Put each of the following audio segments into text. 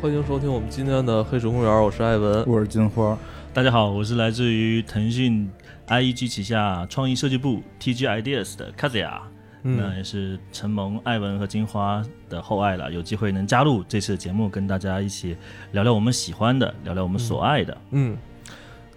欢迎收听我们今天的《黑水公园》，我是艾文。 我是金花，大家好，我是来自于腾讯 IEG 旗下创意设计部 TG Ideas 的 Kazia，、那嗯，也是承蒙艾文和金花的厚爱了，有机会能加入这次节目，跟大家一起聊聊我们喜欢的，聊聊我们所爱的。嗯，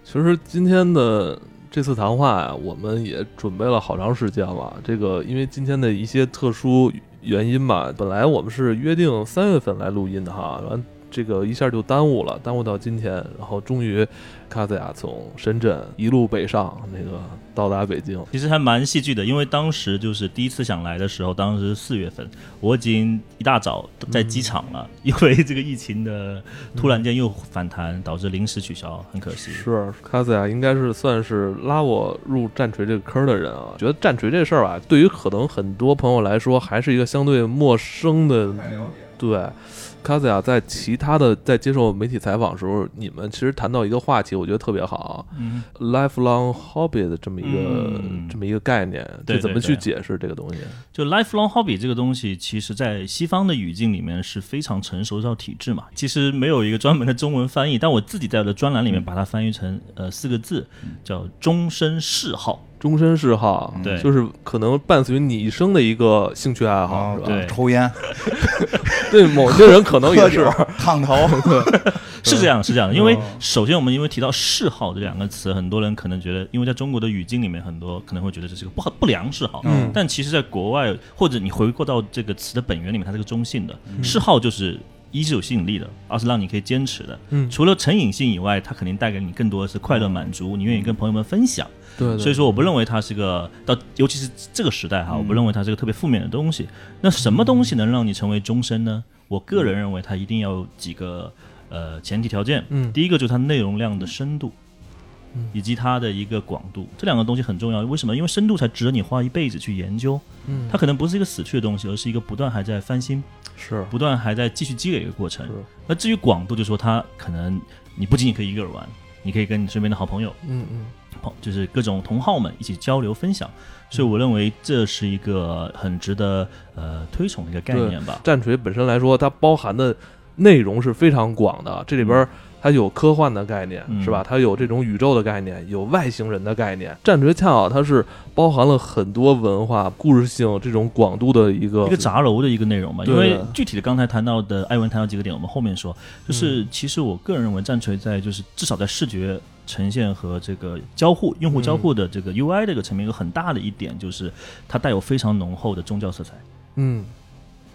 其实今天的这次谈话呀、我们也准备了好长时间了。这个因为今天的一些特殊原因吧，本来我们是约定三月份来录音的哈，完这个一下就耽误了，耽误到今天，然后终于卡子雅从深圳一路北上，那个到达北京。其实还蛮戏剧的，因为当时就是第一次想来的时候，当时是四月份，我已经一大早在机场了，嗯 因为这个疫情的突然间又反弹，导致临时取消，很可惜。是卡斯亚应该是算是拉我入战锤这个坑的人啊。觉得战锤这事儿吧，对于可能很多朋友来说，还是一个相对陌生的。对，卡斯亚在其他的在接受媒体采访的时候，你们其实谈到一个话题，我觉得特别好啊嗯， ，lifelong hobby 的这么一个、嗯这么一个概念，对这怎么对嗯去对解释这个东西？就 lifelong hobby 这个东西，其实在西方的语境里面是非常成熟的一套体制嘛。其实没有一个专门的中文翻译，但我自己在我的专栏里面把它翻译成呃四个字，叫终身嗜好。终身嗜好，对就是可能伴随你一生的一个兴趣爱好，啊是吧？哦对抽烟、对，某些人可能也喝是哦酒、 烫头，是这样，是这样的，因为哦首先我们因为提到嗜好这两个词，很多人可能觉得，因为在中国的语境里面，很多可能会觉得这是个不好不良嗜好，嗯但其实在国外或者你回过到这个词的本源里面，它是个中性的，嗜好就是一是有吸引力的，二是让你可以坚持的，嗯除了成瘾性以外，它肯定带给你更多的是快乐满足，你愿意跟朋友们分享，对，对嗯所以说，我不认为它是个到，尤其是这个时代哈，我不认为它是个特别负面的东西。那什么东西能让你成为终身呢？嗯我个人认为它一定要有几个呃前提条件，嗯第一个就是它内容量的深度嗯，以及它的一个广度，这两个东西很重要。为什么？因为深度才值得你花一辈子去研究，嗯它可能不是一个死去的东西，而是一个不断还在翻新、是不断还在继续积累的过程是。那至于广度，就说它可能你不仅仅可以一个人玩，你可以跟你身边的好朋友。嗯嗯。朋就是各种同好们一起交流分享，所以我认为这是一个很值得呃推崇的一个概念吧。战锤本身来说，它包含的内容是非常广的，这里边儿它有科幻的概念，嗯是吧？它有这种宇宙的概念，有外星人的概念。战锤恰好它是包含了很多文化、故事性这种广度的一个一个杂糅的一个内容吧，因对啊为的具体的刚才谈到的艾文谈到几个点，我们后面说。就是其实我个人认为，战锤在就是至少在视觉呈现和这个交互、用户交互的这个 UI 这个层面，有很大的一点就是它带有非常浓厚的宗教色彩。嗯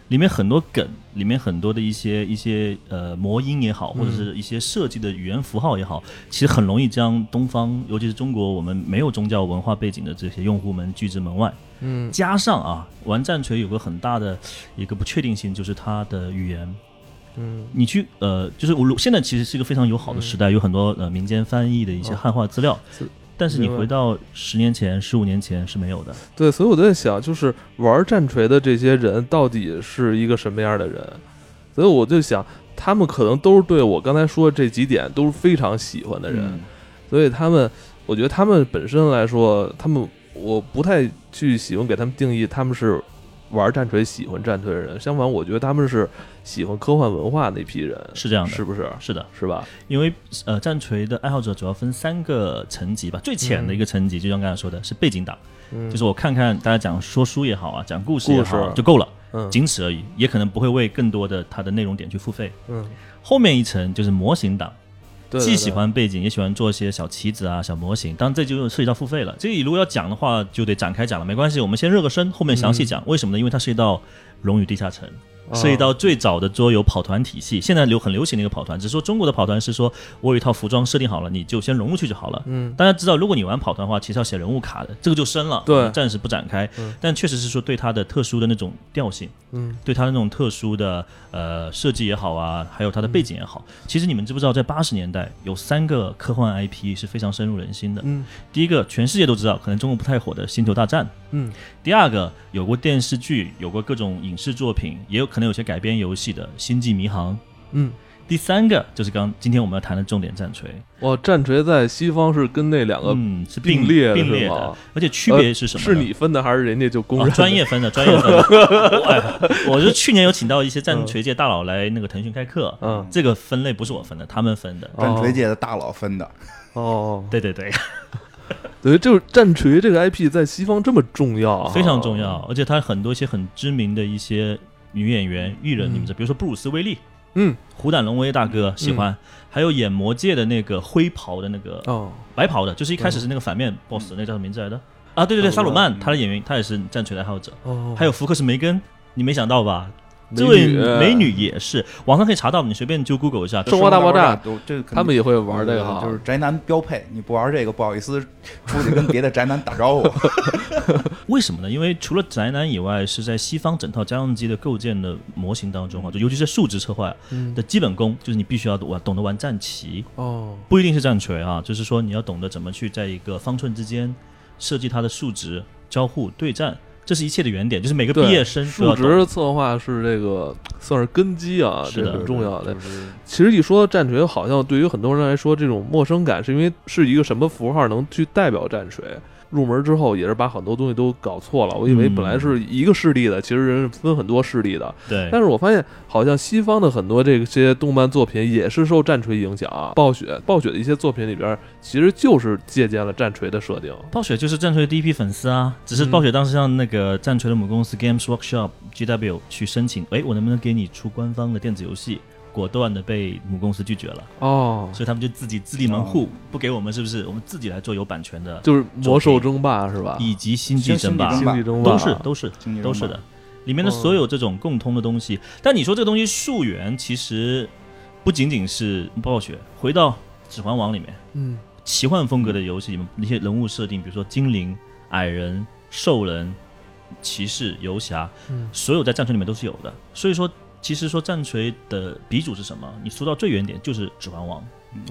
里面很多梗，里面很多的一些一些呃魔音也嗯好，或者是一些设计的语言符号也好，其实很容易将东方，尤其是中国我们没有宗教文化背景的这些用户们拒之门外。嗯加上啊，玩战锤有个很大的一个不确定性，就是它的语言。嗯你去呃，就是我如现在其实是一个非常友好的时代，有很多呃民间翻译的一些哦汉化资料，是但是你明白回到十年前、十五年前是没有的。对，所以我在想，就是玩战锤的这些人到底是一个什么样的人？所以我就想，他们可能都是对我刚才说的这几点都是非常喜欢的人。嗯所以他们，我觉得他们本身来说，他们我不太去喜欢给他们定义他们是玩战锤、喜欢战锤的人。相反，我觉得他们是喜欢科幻文化那批人，是这样的，是不是？是的。是吧？因为呃，战锤的爱好者主要分三个层级吧，最浅的一个层级，就像刚才说的，是背景党，嗯就是我看看大家讲说书也好啊，讲故事故也好事就够了，嗯仅此而已，也可能不会为更多的它的内容点去付费。嗯，后面一层就是模型党，对，既对喜，欢背景，也喜欢做一些小棋子啊、小模型，当然这就涉及到付费了。这里如果要讲的话，就得展开讲了，没关系，我们先热个身，后面详细嗯讲。为什么呢？因为它涉及到《龙与地下城》。啊涉及到最早的桌游跑团体系，现在流很流行的一个跑团，只是说中国的跑团是说我有一套服装设定好了，你就先融入去就好了。嗯大家知道，如果你玩跑团的话，其实要写人物卡的，这个就深了，对我们暂时不展开。但确实是说对它的特殊的那种调性，嗯，对它的那种特殊的呃设计也好啊，还有它的背景也好，其实你们知不知道，在八十年代有三个科幻 IP 是非常深入人心的。嗯第一个，全世界都知道，可能中国不太火的《星球大战》。嗯第二个，有过电视剧，有过各种影视作品，也有可能有些改编游戏的《星际迷航》。嗯第三个就是刚今天我们要谈的重点战锤，哇，战锤在西方是跟那两个嗯，是呃并并列并列是的吗，而且区别是什么呢？是你分的还是人家就公认哦的？专业分的，专业 分的。我哎我是去年有请到一些战锤界大佬来那个腾讯开课，嗯这个分类不是我分的，他们分的。哦战锤界的大佬分的，哦，对对对，等于就是战锤这个 IP 在西方这么重要啊，非常重要，而且他很多一些很知名的一些女演员、艺人，你们知道，比如说布鲁斯·威利、嗯，虎胆龙威大哥喜欢，还有演魔界的那个灰袍的那个哦，嗯白袍的，就是一开始是那个反面 BOSS，那叫什么名字来着？啊，对对对，萨鲁曼，他的演员，他也是战锤的爱好者。哦，还有福克斯·梅根，你没想到吧？美这女呃位美女也是，网上可以查到，你随便就 Google 一 下。中国大爆炸都这肯定他们也会玩这个哈，就是宅男标配。你不玩这个，不好意思出去跟别的宅男打招呼。为什么呢？因为除了宅男以外，是在西方整套家用机的构建的模型当中啊，就尤其是数值策划嗯的基本功，就是你必须要玩懂得玩战棋，哦，不一定是战锤啊，就是说你要懂得怎么去在一个方寸之间设计它的数值交互对战，这是一切的原点，就是每个对毕业生都数要懂。值策划是这个 算是根基啊，是这的很重要的。就是其实一说到战锤，好像对于很多人来说，这种陌生感是因为是一个什么符号能去代表战锤。入门之后也是把很多东西都搞错了，我以为嗯本来是一个势力的，其实人是分很多势力的。对但，是我发现，好像西方的很多这些动漫作品也是受战锤影响啊。暴雪，暴雪的一些作品里边，其实就是借鉴了战锤的设定。暴雪就是战锤的第一批粉丝啊，只是暴雪当时向那个战锤的母公司 Games Workshop GW 去申请，哎，我能不能给你出官方的电子游戏？果断的被母公司拒绝了。哦，所以他们就自己自立门户，不给我们，是不是？我们自己来做有版权的，就是魔兽争霸是吧？以及星际争霸星际啊星际争霸都是都是经纪人都嘛是的，里面的所有这种共通的东西。但你说这个东西溯源，其实不仅仅是暴雪，回到《指环王》里面，嗯，奇幻风格的游戏里面那些人物设定，比如说精灵、矮人、兽人、骑士、游侠，嗯所有在战锤里面都是有的。所以说，其实说战锤的鼻祖是什么？你说到最原点就是《指环王》。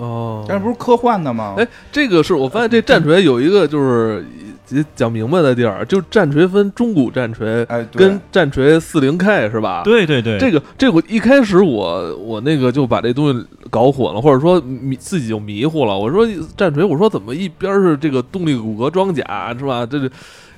哦，但是不是科幻的吗？哎，这个是我发现这战锤有一个就是呃讲明白的地儿，就是战锤分中古战锤哎，对跟战锤四零 K 是吧？。对对对这个这个我一开始我我那个就把这东西搞混了，或者说迷自己就迷糊了。我说战锤，我说怎么一边是这个动力骨骼装甲是吧？这就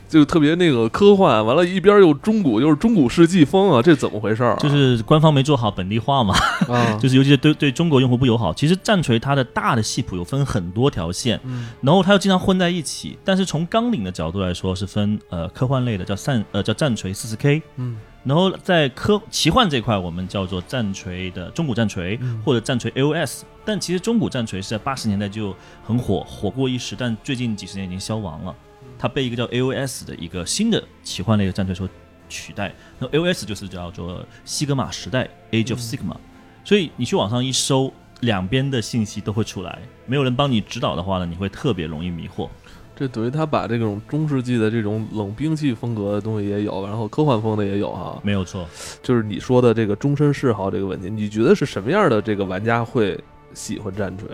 就特别那个科幻，完了一边又中古，又是中古世纪风啊，这怎么回事儿、啊？就是官方没做好本地化嘛，啊，就是尤其是对对中国用户不友好。其实战锤它的大的系谱有分很多条线，嗯然后它又经常混在一起。但是从纲领的角度来说，是分呃科幻类的叫战呃叫战锤四十 K，嗯然后在科奇幻这块我们叫做战锤的中古战锤、嗯或者战锤 AOS。但其实中古战锤是在八十年代就很火，火过一时，但最近几十年已经消亡了。嗯它被一个叫 AOS 的一个新的奇幻类的战锤所取代。那 AOS 就是叫做西格玛时代 （Age of Sigma），、所以你去网上一搜，两边的信息都会出来。没有人帮你指导的话呢，你会特别容易迷惑。这等于他把这种中世纪的这种冷兵器风格的东西也有，然后科幻风的也有哈、没有错，就是你说的这个终身嗜好这个问题，你觉得是什么样的这个玩家会喜欢战锤？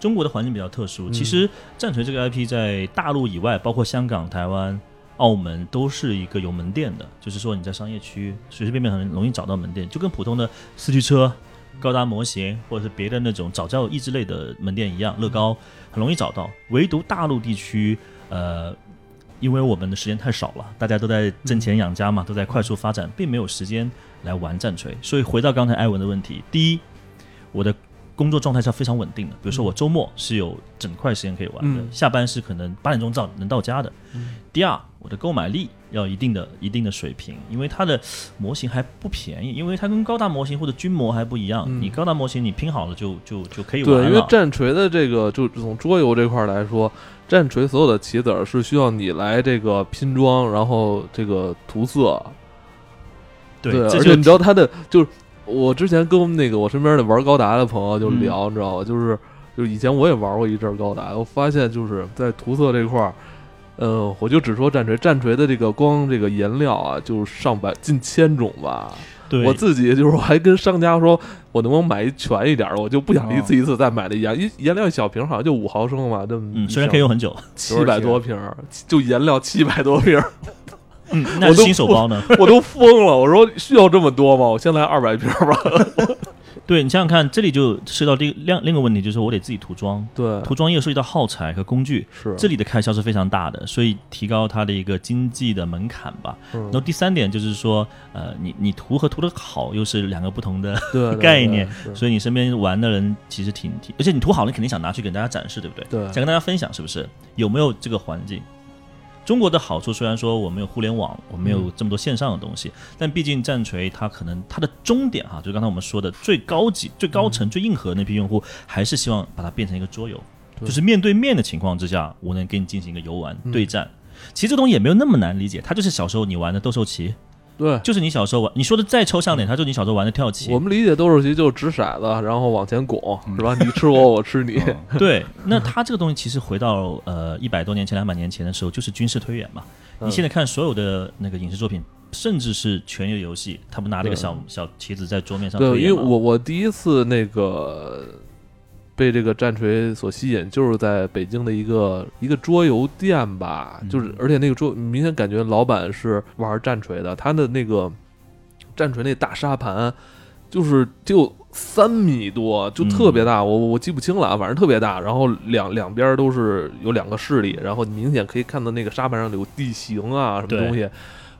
中国的环境比较特殊。嗯其实战锤这个 IP 在大陆以外，包括香港、台湾、澳门，都是一个有门店的，就是说你在商业区随随便便很容易找到门店，就跟普通的四驱车。高达模型或者是别的那种早教益智类的门店一样，乐高很容易找到。唯独大陆地区，呃，因为我们的时间太少了，大家都在挣钱养家嘛，都在快速发展，并没有时间呃来玩战锤。所以回到刚才艾文的问题，第一，我的工作状态是非常稳定的，比如说我周末是有整块时间可以玩的，嗯下班是可能八点钟到能到家的。第二，我的购买力要一定的一定的水平，因为它的模型还不便宜，因为它跟高达模型或者军模还不一样，嗯你高达模型你拼好了就就就可以玩对，了。因为战锤的这个就从桌游这块儿来说，战锤所有的棋子儿是需要你来这个拼装，然后这个涂色。对，这而且就你知道它的就是我之前跟我们那个我身边的玩高达的朋友就聊，你知道吗？就是就是以前我也玩过一阵儿高达，我发现就是在涂色这块儿。呃，我就只说战锤，战锤的这个光这个颜料啊，就是上百近千种吧。对我自己就是我还跟商家说，我能不能买一全一点儿的，我就不想一次一次再买那颜一颜料一小瓶，好像就五毫升嘛，这么嗯，虽然可以 用很久，七百多瓶儿，就颜料七百多瓶儿， 嗯，那我都 新手包呢？我都疯了。我说需要这么多吗？我先来二百瓶儿吧。对你想想看，这里就涉及到第另另一个问题，就是我得自己涂装，对，涂装又涉及到耗材和工具， 是这里的开销是非常大的，所以提高它的一个经济的门槛吧。然后嗯第三点就是说，呃，你你涂和涂的好又是两个不同的，对对 概念，对是所以你身边玩的人其实挺挺，而且你涂好了，你肯定想拿去给大家展示，对不对？对想跟大家分享是不是？有没有这个环境？中国的好处虽然说我们有互联网，我们有这么多线上的东嗯西，但毕竟战锤它可能它的终点啊哈、就刚才我们说的最高嗯级、最高层、最硬核的那批用户，还是希望把它变成一个桌游，对就是面对面的情况之下，我能跟你进行一个游玩、嗯对战。其实这东西也没有那么难理解，它就是小时候你玩的斗兽棋，对。就是你小时候玩，你说的再抽象点，嗯它就是你小时候玩的跳棋。我们理解斗兽棋就是掷骰子，然后往前拱，嗯是吧？你吃我，我吃 哦你。嗯对，那它这个东西其实回到呃一百多年前、两百年前的时候，就是军事推演嘛。你现在看所有的那个影视作品，甚至是权力游戏，他们拿这个对小小棋子在桌面上对，推因演为嘛。我我第一次那个被这个战锤所吸引，就是在北京的一个一个桌游店吧，嗯就是而且那个桌明显感觉老板是玩战锤的，他的那个战锤那大沙盘就是就。三米多，嗯就特别大，我我我记不清了啊，反正特别大。然后两两边都是有两个势力，然后你明显可以看到那个沙盘上有地形啊，什么对东西，然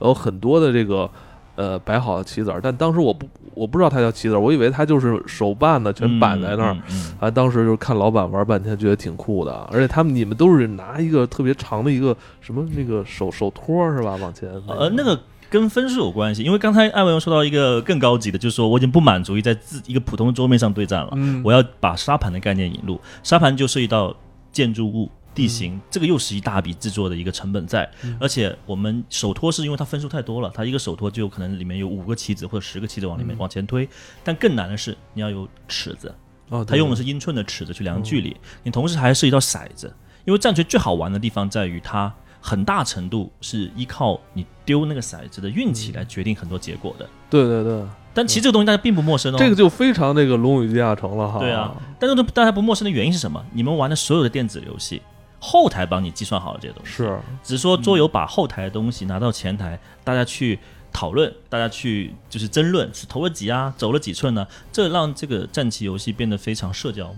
后很多的这个呃摆好的棋子儿，但当时我不我不知道它叫棋子儿，我以为它就是手办的，全摆在那儿。嗯嗯啊，当时就是看老板玩半天，觉得挺酷的。而且他们你们都是拿一个特别长的一个什么那个手手托儿是吧？往前嗯呃，那个跟分数有关系，因为刚才艾文又说到一个更高级的，就是说我已经不满足于在自一个普通桌面上对战了，嗯我要把沙盘的概念引入。沙盘就涉及到建筑物、地形，这个又是一大笔制作的一个成本在。而且我们手托是因为它分数太多了，它一个手托就有可能里面有五个棋子或者十个棋子往里面、往前推。但更难的是你要有尺子，哦，它用的是是英寸的尺子去嗯量距离。你同时还涉及到骰子，因为战锤最好玩的地方在于它。很大程度是依靠你丢那个骰子的运嗯气来决定很多结果的，对对对，但其实这个东西大家并不陌生哦。嗯这个就非常那个《龙与地下城》了哈。对啊，但是都大家不陌生的原因是什么？你们玩的所有的电子游戏，后台帮你计算好了这些东西，是只是说桌游把后台的东西拿到前台，大家去讨论，大家去就是争论，是投了几啊，走了几寸呢、这让这个战棋游戏变得非常社交。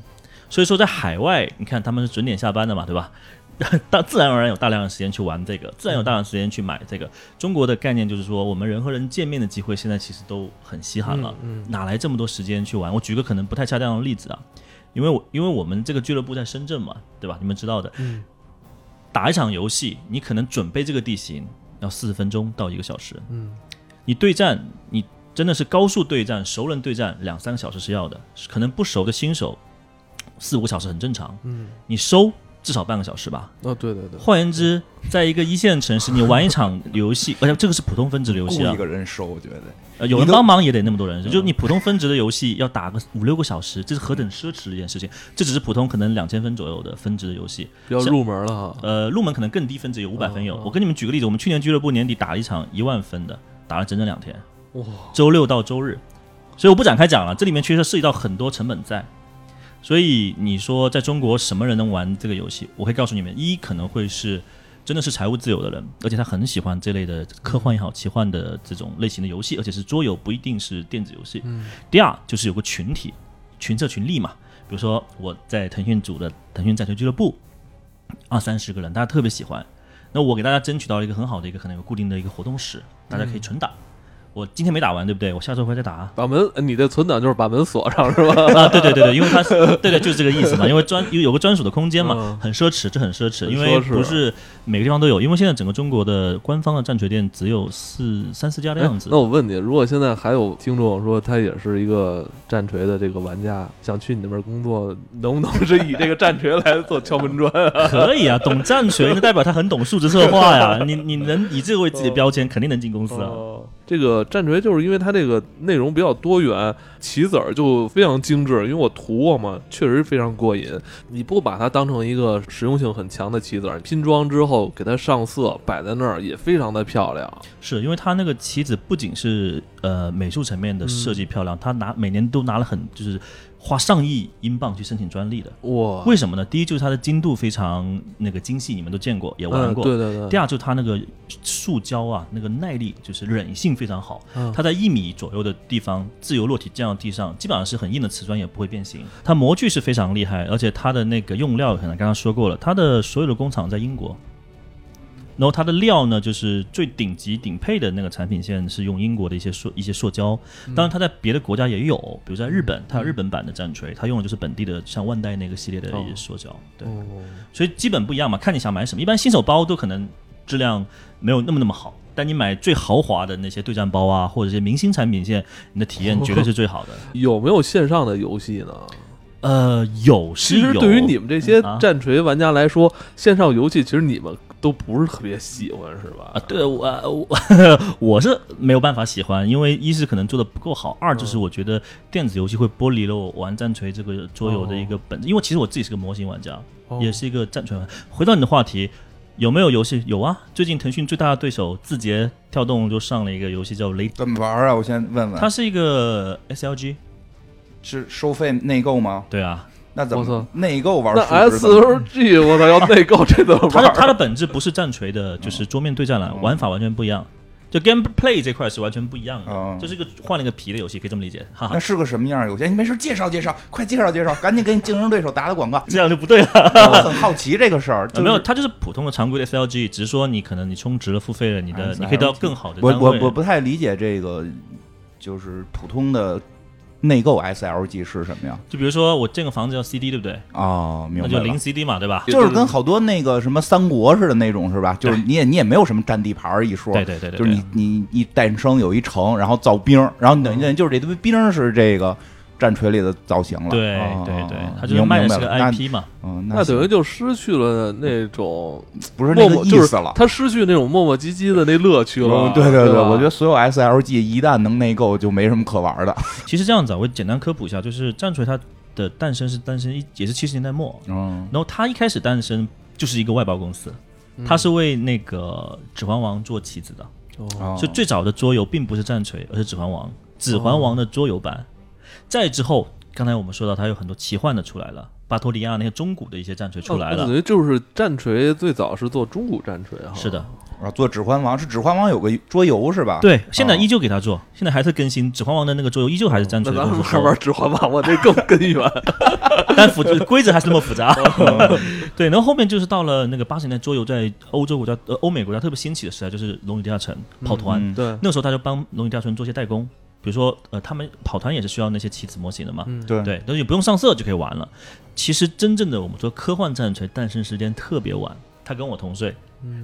所以说，在海外，你看他们是准点下班的嘛，对吧？ 大自然而然有大量的时间去玩这个，自然有大量的时间去买这个。中国的概念就是说，我们人和人见面的机会现在其实都很稀罕了。嗯，哪来这么多时间去玩？我举个可能不太恰当的例子啊，因为我因为我们这个俱乐部在深圳嘛，对吧？你们知道的，嗯打一场游戏，你可能准备这个地形要四十分钟到一个小时，嗯，你对战你真的是高速对战、熟人对战两三个小时是要的，可能不熟的新手四五个小时很正常，嗯，你收至少半个小时吧。哦，对对对，换言之，在一个一线城市，你玩一场游戏，而且这个是普通分值的游戏雇啊一，个人收，我觉得呃，有人你都帮忙也得那么多人，就是你普通分值的游戏要打个五六个小时，这是何等奢侈的一件事情。这只是普通可能两千分左右的分值的游戏，比较入门了哈。呃，入门可能更低分值有五百分有。我跟你们举个例子，我们去年俱乐部年底打了一场一万分的，打了整整两天，哇，周六到周日，所以我不展开讲了，这里面确实涉及到很多成本在。所以你说在中国什么人能玩这个游戏？我可以告诉你们，一可能会是真的是财务自由的人，而且他很喜欢这类的科幻也好、奇幻的这种类型的游戏，而且是桌游，不一定是电子游戏。第二就是有个群体，群策群力嘛。比如说我在腾讯组的腾讯战锤俱乐部，二三十个人，大家特别喜欢。那我给大家争取到了一个很好的一个可能有固定的一个活动室，大家可嗯以存档。我今天没打完，对不对？我下周回来再打啊。把门，呃你的存档就是把门锁上是吧？啊，对对对对，因 为它是对对就是这个意思嘛，因为专有有个专属的空间嘛嗯，很奢侈，这很奢侈，很因为奢侈啊不是每个地方都有，因为现在整个中国的官方的战锤店只有四三四家的哎样子那。我问你，如果现在还有听众说他也是一个战锤的这个玩家，想去你那边工作，能不能是以这个战锤来做敲门 砖啊？可以啊，懂战锤那代表他很懂数值策 划呀，你你能以这个为自己的标签，肯定能进公司啊。哦这个战锤就是因为它这个内容比较多元，棋子儿就非常精致。因为我涂过嘛，确实非常过瘾。你不把它当成一个实用性很强的棋子儿，拼装之后给它上色，摆在那儿也非常的漂亮。是因为他那个棋子不仅是呃美术层面的设计漂亮，他拿每年都拿了很就是花上亿英镑去申请专利的。哇，为什么呢？第一就是它的精度非常那个精细，你们都见过，也玩嗯，过。对对第对，二就是它那个塑胶啊，那个耐力就是韧性非常好，嗯它在一米左右的地方自由落体降到地上，基本上是很硬的瓷砖也不会变形。它模具是非常厉害，而且它的那个用料可能刚刚说过了，它的所有的工厂在英国。然后它的料呢，就是最顶级顶配的那个产品线是用英国的一些塑一些塑胶，嗯当然它在别的国家也有，比如在日本，它有日本版的战锤，它用的就是本地的像万代那个系列的一些塑胶。对，哦，所以基本不一样嘛，看你想买什么。一般新手包都可能质量没有那么那么好，但你买最豪华的那些对战包啊，或者一些明星产品线，你的体验绝对是最好的。有没有线上的游戏呢？ 呃，有是其有，实对于你们这些嗯啊战锤玩家来说，线上游戏其实你们都不是特别喜欢，是吧？啊，对我我 我是没有办法喜欢，因为一是可能做的不够好，二就是嗯我觉得电子游戏会剥离了我玩战锤这个桌游的一个本质，因为其实我自己是个模型玩家，哦也是一个战锤玩家。回到你的话题，有没有游戏？有啊，最近腾讯最大的对手字节跳动就上了一个游戏叫《雷》，怎么玩啊？我先问它问，是一个 SLG，是收费内购吗？对啊，那怎我操么内购玩那数值怎么 SLG 我操要内购这怎么它玩的儿？它的本质不是战锤嗯的，就是桌面对战了，玩法完全不一样。就 gameplay 这块是完全不一样哦嗯的，这是一个换了一个皮的游戏，可以这么理解，哈哈。那。是个什么样儿游戏？哎你没事介绍介绍，快介绍介绍，赶紧给你竞争对手打打广告 这样就不对了。我很好奇这个事儿，啊，没有， 就是它就是普通的常规的 SLG，只是说你可能你充值了、付费了，你的啊你可以到更好的我单我位我不太理解这个，就是普通的内购 SLG 是什么呀？就比如说我建个房子要 CD，对不对？哦，明那白就了。零 CD 嘛，对吧？ 就是跟好多那个什么三国似的那种是吧？就是你也你也没有什么占地盘儿一说，对对对对对啊就是你你你诞生有一城，然后造兵，然后你等嗯于就是这堆兵是这个战锤里的造型了，对哦对对哦，它就是明卖的是明个白了 IP 嘛。那嗯，那等于于就失去了那种不是磨那个磨，意就是思了。他失去那种磨磨唧唧的那乐趣了啊嗯。对对对，吧我觉得所有 SLG 一旦能内购，就没什么可玩的。其实这样子啊，我简单科普一下，就是战锤它的诞生是诞生一也是七十年代末，嗯，然后它一开始诞生就是一个外包公司，嗯它是为那个《指环王》做棋子的。嗯哦所以最早的桌游并不是战锤，而是指环王。指环王的桌游版，哦再之后，刚才我们说到它有很多奇幻的出来了，巴托利亚那些中古的一些战锤出来哦那了。等于就是战锤最早是做中古战锤哈。是的，啊，做《指环王》是《指环王》有个桌游是吧？，啊对，现哦在依旧给它做，现在还在更新《指环王》的那个桌游，依旧还是战那锤的咱公们司玩做，玩指环王，我这更根 源。但 复规则还是那么复杂。哦 对，然后后面就是到了那个八十年代桌游在欧洲国家、呃欧美国家特别兴起的时代，就是《龙与地下城》跑团，嗯对，那个时候他就帮《龙与地下城》做一些代工，比如说呃，他们跑团也是需要那些棋子模型的嘛，对，对，但是也不用上色就可以玩了。其实真正的我们说科幻战锤诞生时间特别晚，它跟我同岁，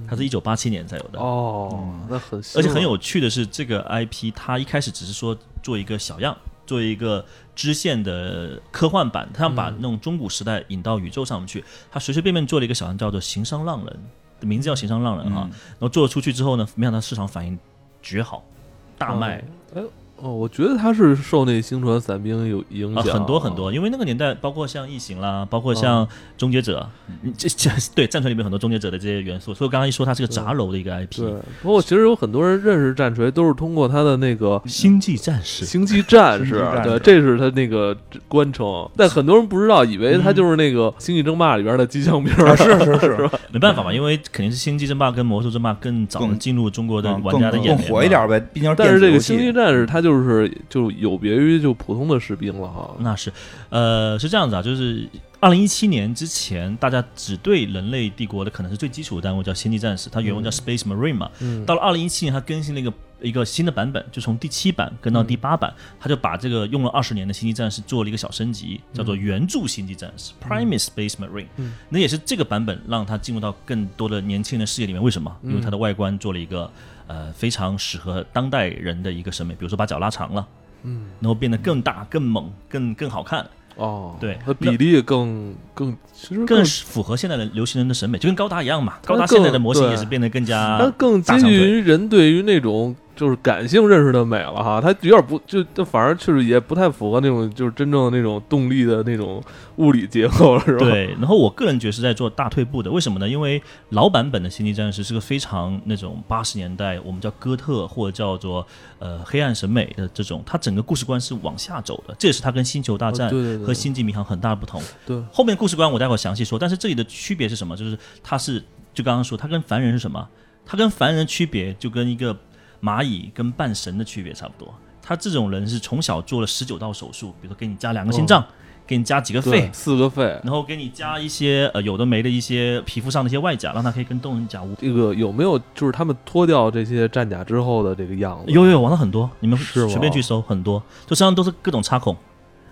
它是一九八七年才有的。哦，那很新嗯而且很了有趣的是，这个 IP 它一开始只是说做一个小样，做一个支线的科幻版，它把那种中古时代引到宇宙上面去。它随随便便做了一个小样，叫做《行商浪人》，名字叫《行商浪人》嗯嗯哈。然后做出去之后呢，没想到市场反应绝好，嗯大卖。哦。哎，哦，我觉得他是受那星船散兵有影嗯啊，响，很多很。多，因为那个年代，包括像异形啦，包括像终结者，嗯这这对战锤里面很多终结者的这些元素，所以我刚刚一说它是个杂糅的一个嗯 IP，对，不过其实有很多人认识战锤，都是通过他的那个星际战士嗯星际战士星际战，对，士这是他那个官称。但很多人不知道，以为他就是那个《星际争霸》里边的机枪兵儿。嗯 啊，是是是，没办法嘛，因为肯定是星际争霸跟魔兽争霸更早地更进入中国的嗯玩家的更眼更帘嘛，火一点呗，毕竟但电是子这个游星际戏战士，它就是就有别于就普通的士兵了嗯哈。那是，呃，是这样子啊，就是二零一七年之前，大家只对人类帝国的可能是最基础的单位叫星际战士，它原文叫 Space Marine 嘛。嗯到了二零一七年，它更新了一个一个新的版本，就从第七版跟嗯到第八版，它就把这个用了二十年的星际战士做了一个小升级，叫做原著星际战士 Prime Space Marine。嗯那也是这个版本让它进入到更多的年轻人的视野里面。为什么？嗯因为它的外观做了一个呃非常适合当代人的一个审美，比如说把脚拉长了。嗯，然后变得更大、更猛、更更好看，哦，对它比例更更其实更是符合现在的流行人的审美，就跟高达一样嘛。高达更现在的模型对也是变得更它加更接大近长腿于人对于那种就是感性认识的美了哈，它有点不就就反而确实也不太符合那种就是真正的那种动力的那种物理结构了，是吧？对，然后我个人觉得是在做大退步的，为什么呢？因为老版本的《星际战士》是个非常那种八十年代我们叫哥特或者叫做呃黑暗审美的这种，它整个故事观是往下走的，这也是它跟《星球大战哦对对》对和《星际迷航》很大的不同。对后面故事观我待会儿详细说，但是这里的区别是什么？就是它是就刚刚说，它跟凡人是什么？它跟凡人区别就跟一个蚂蚁跟半神的区别差不多。他这种人是从小做了十九道手术，比如说给你加两个心脏，给你加几个肺对，，四个肺。然后给你加一些呃有的没的一些皮肤上的一些外甲，让它可以跟动人甲无。这个有没有就是他们脱掉这些战甲之后的这个样子？有有有，网上很多，你们是吗随便去搜很多，就身上都是各种插孔，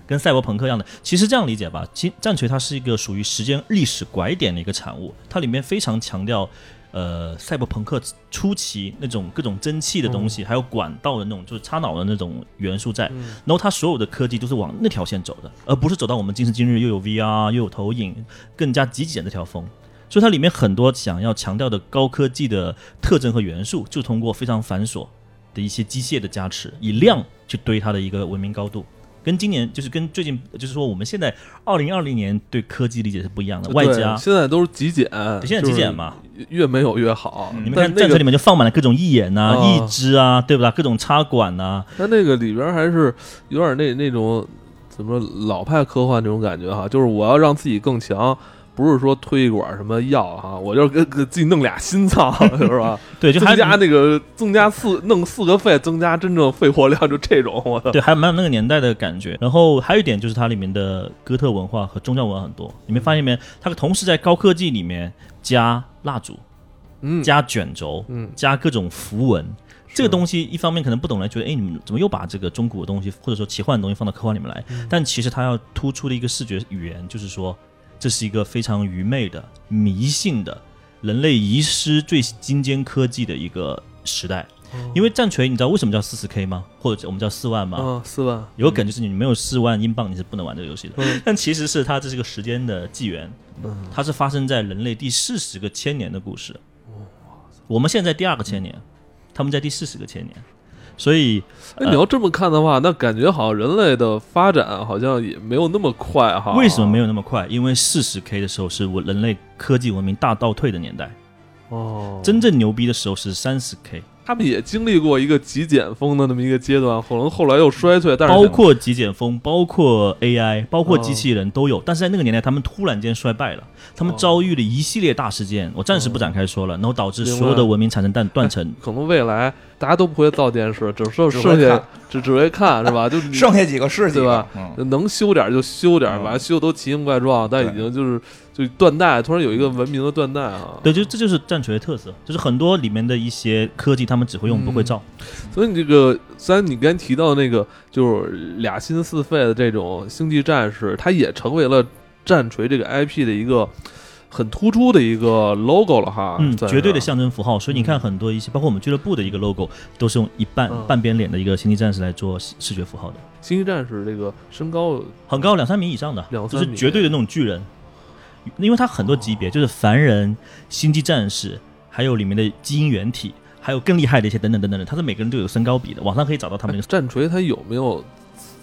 跟赛博朋克一样的。其实这样理解吧，其战锤它是一个属于时间历史拐点的一个产物，它里面非常强调。呃，赛博朋克初期那种各种蒸汽的东西，还有管道的那种，就是插脑的那种元素在。然后它所有的科技都是往那条线走的，而不是走到我们今时今日又有 VR 啊又有投影，更加极简的条风。所以它里面很多想要强调的高科技的特征和元素，就通过非常繁琐的一些机械的加持，以量去堆它的一个文明高度。跟今年就是跟最近就是说我们现在二零二零年对科技理解是不一样的，对外加现在都是极简，现在极简嘛，嗯就是越没有越好。你们但看那战锤个里面就放满了各种义眼呐、啊义肢啊，对不啦？各种插管啊呐、它那个里边还是有点那那种怎么说老派科幻那种感觉哈，就是我要让自己更强，不是说推一管什么药哈， 我就是给给自己弄俩心 脏，是吧？对，就还增加那个增加四弄四个肺，增加真正肺活量，就这种我的。对，还蛮有那个年代的感觉。然后还有一点就是它里面的哥特文化和宗教文化很多，你没发现没？它同时在高科技里面加蜡烛、嗯，加卷轴、嗯加各种符文。这个是东西一方面可能不懂的人觉得，哎，你们怎么又把这个中古的东西或者说奇幻的东西放到科幻里面来？但其实它要突出的一个视觉语言就是说，这是一个非常愚昧的、迷信的、人类遗失最精尖科技的一个时代。因为战锤，你知道为什么叫四十 K 吗？或者我们叫四万吗？嗯，嗯四万有梗就是你没有四万英镑你是不能玩这个游戏的。但其实是它这是个时间的纪元，嗯它是发生在人类第四十个千年的故事。我们现在第二个千嗯年，他们在第四十个千年，所以哎，你要这么看的话，那感觉好像人类的发展好像也没有那么快哈。为什么没有？有那么快？因为四十 K 的时候是我人类科技文明大倒退的年代，哦，真正牛逼的时候是三十 K，他们也经历过一个极简风的那么一个阶段，可能后来又衰退，但是包括极简风，包括 AI，包括机器人都有。但是在那个年代，他们突然间衰败了，他哦们遭遇了一系列大事件，我暂时不展开说了，然后导致所有的文明产生断断层。可能未来大家都不会造电视，只剩只会剩下看只只会看是吧？ 就剩下几个是几对个吧，嗯，能修点儿就修点儿嗯吧，修都奇形怪状，但对已经就是就断代，突然有一个文明的断代啊。对，就这就是战锤的特色，就是很多里面的一些科技，他们只会用不会嗯造。所以你这个，虽然你刚才提到那个就是俩心四肺的这种星际战士，它也成为了战锤这个 IP 的一个很突出的一个 logo 啊了哈，嗯，算是绝对的象征符号。所以你看很多一些，包括我们俱乐部的一个 logo，都是用一半、嗯半边脸的一个星际战士来做视视觉符号的，星际战士这个身高很高，两三米以上的，两就三米是绝对的那种巨人。因为它很多级别，就是凡人、星际战士，还有里面的基因原体，还有更厉害的一些等等等等的，它是每个人都有身高比的，网上可以找到他们的哎战锤它有没有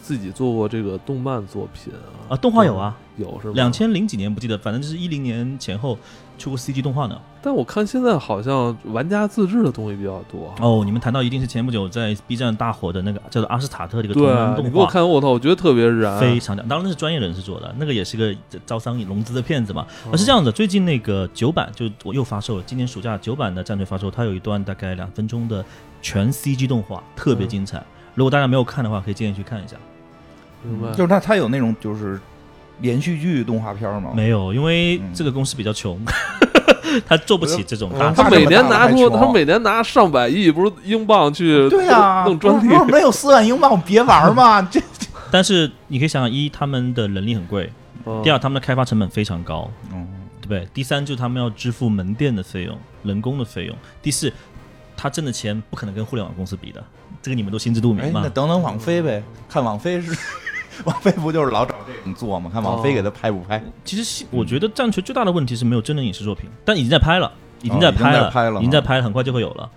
自己做过这个动漫作品啊？ 啊。动画有啊，有是吗？两。千零几年不记得，反正就是一零年前后出过 CG 动画呢。但我看现在好像玩家自制的东西比较多啊。哦，你们谈到一定是前不久在 B 站大火的那个叫做阿斯塔特的一个同人对，啊动你给我画，看，我啊操，我觉得特别燃。非常屌。当然那是专业人士做的，那个也是个招商融资的骗子嘛。啊而哦是这哦样子，最近那个九版就我又发售了，今年暑假九版的战队发售，它有一段大概两分钟的全 CG 动画，特别精彩。嗯如果大家没有看的话，可以建议去看一下。明白就。是它它有那种就是连续剧动画片吗？没有，因为嗯这个公司比 较穷，他做不起这种大嗯作他它。每年拿出大的排球他每年拿上百亿，不是英镑去对啊嗯呀，弄专利不是没有四万英镑，我别玩嘛！这但是你可以想想，一他们的人力很贵，嗯哦第二他们的开发成本非常高，嗯，对不对？第三就是他们要支付门店的费用、人工的费用。第四，他挣的钱不可能跟互联网公司比的，这个你们都心知肚哎，明嘛那。等等网飞呗，看网飞是网飞不就是老找这种做吗？看哦网飞给他拍不拍？其实西我觉得战锤最大的问题是没有真人影视作品，但已经在拍了，已经在哦已经在拍了，拍了已经在拍了，很快就会有了。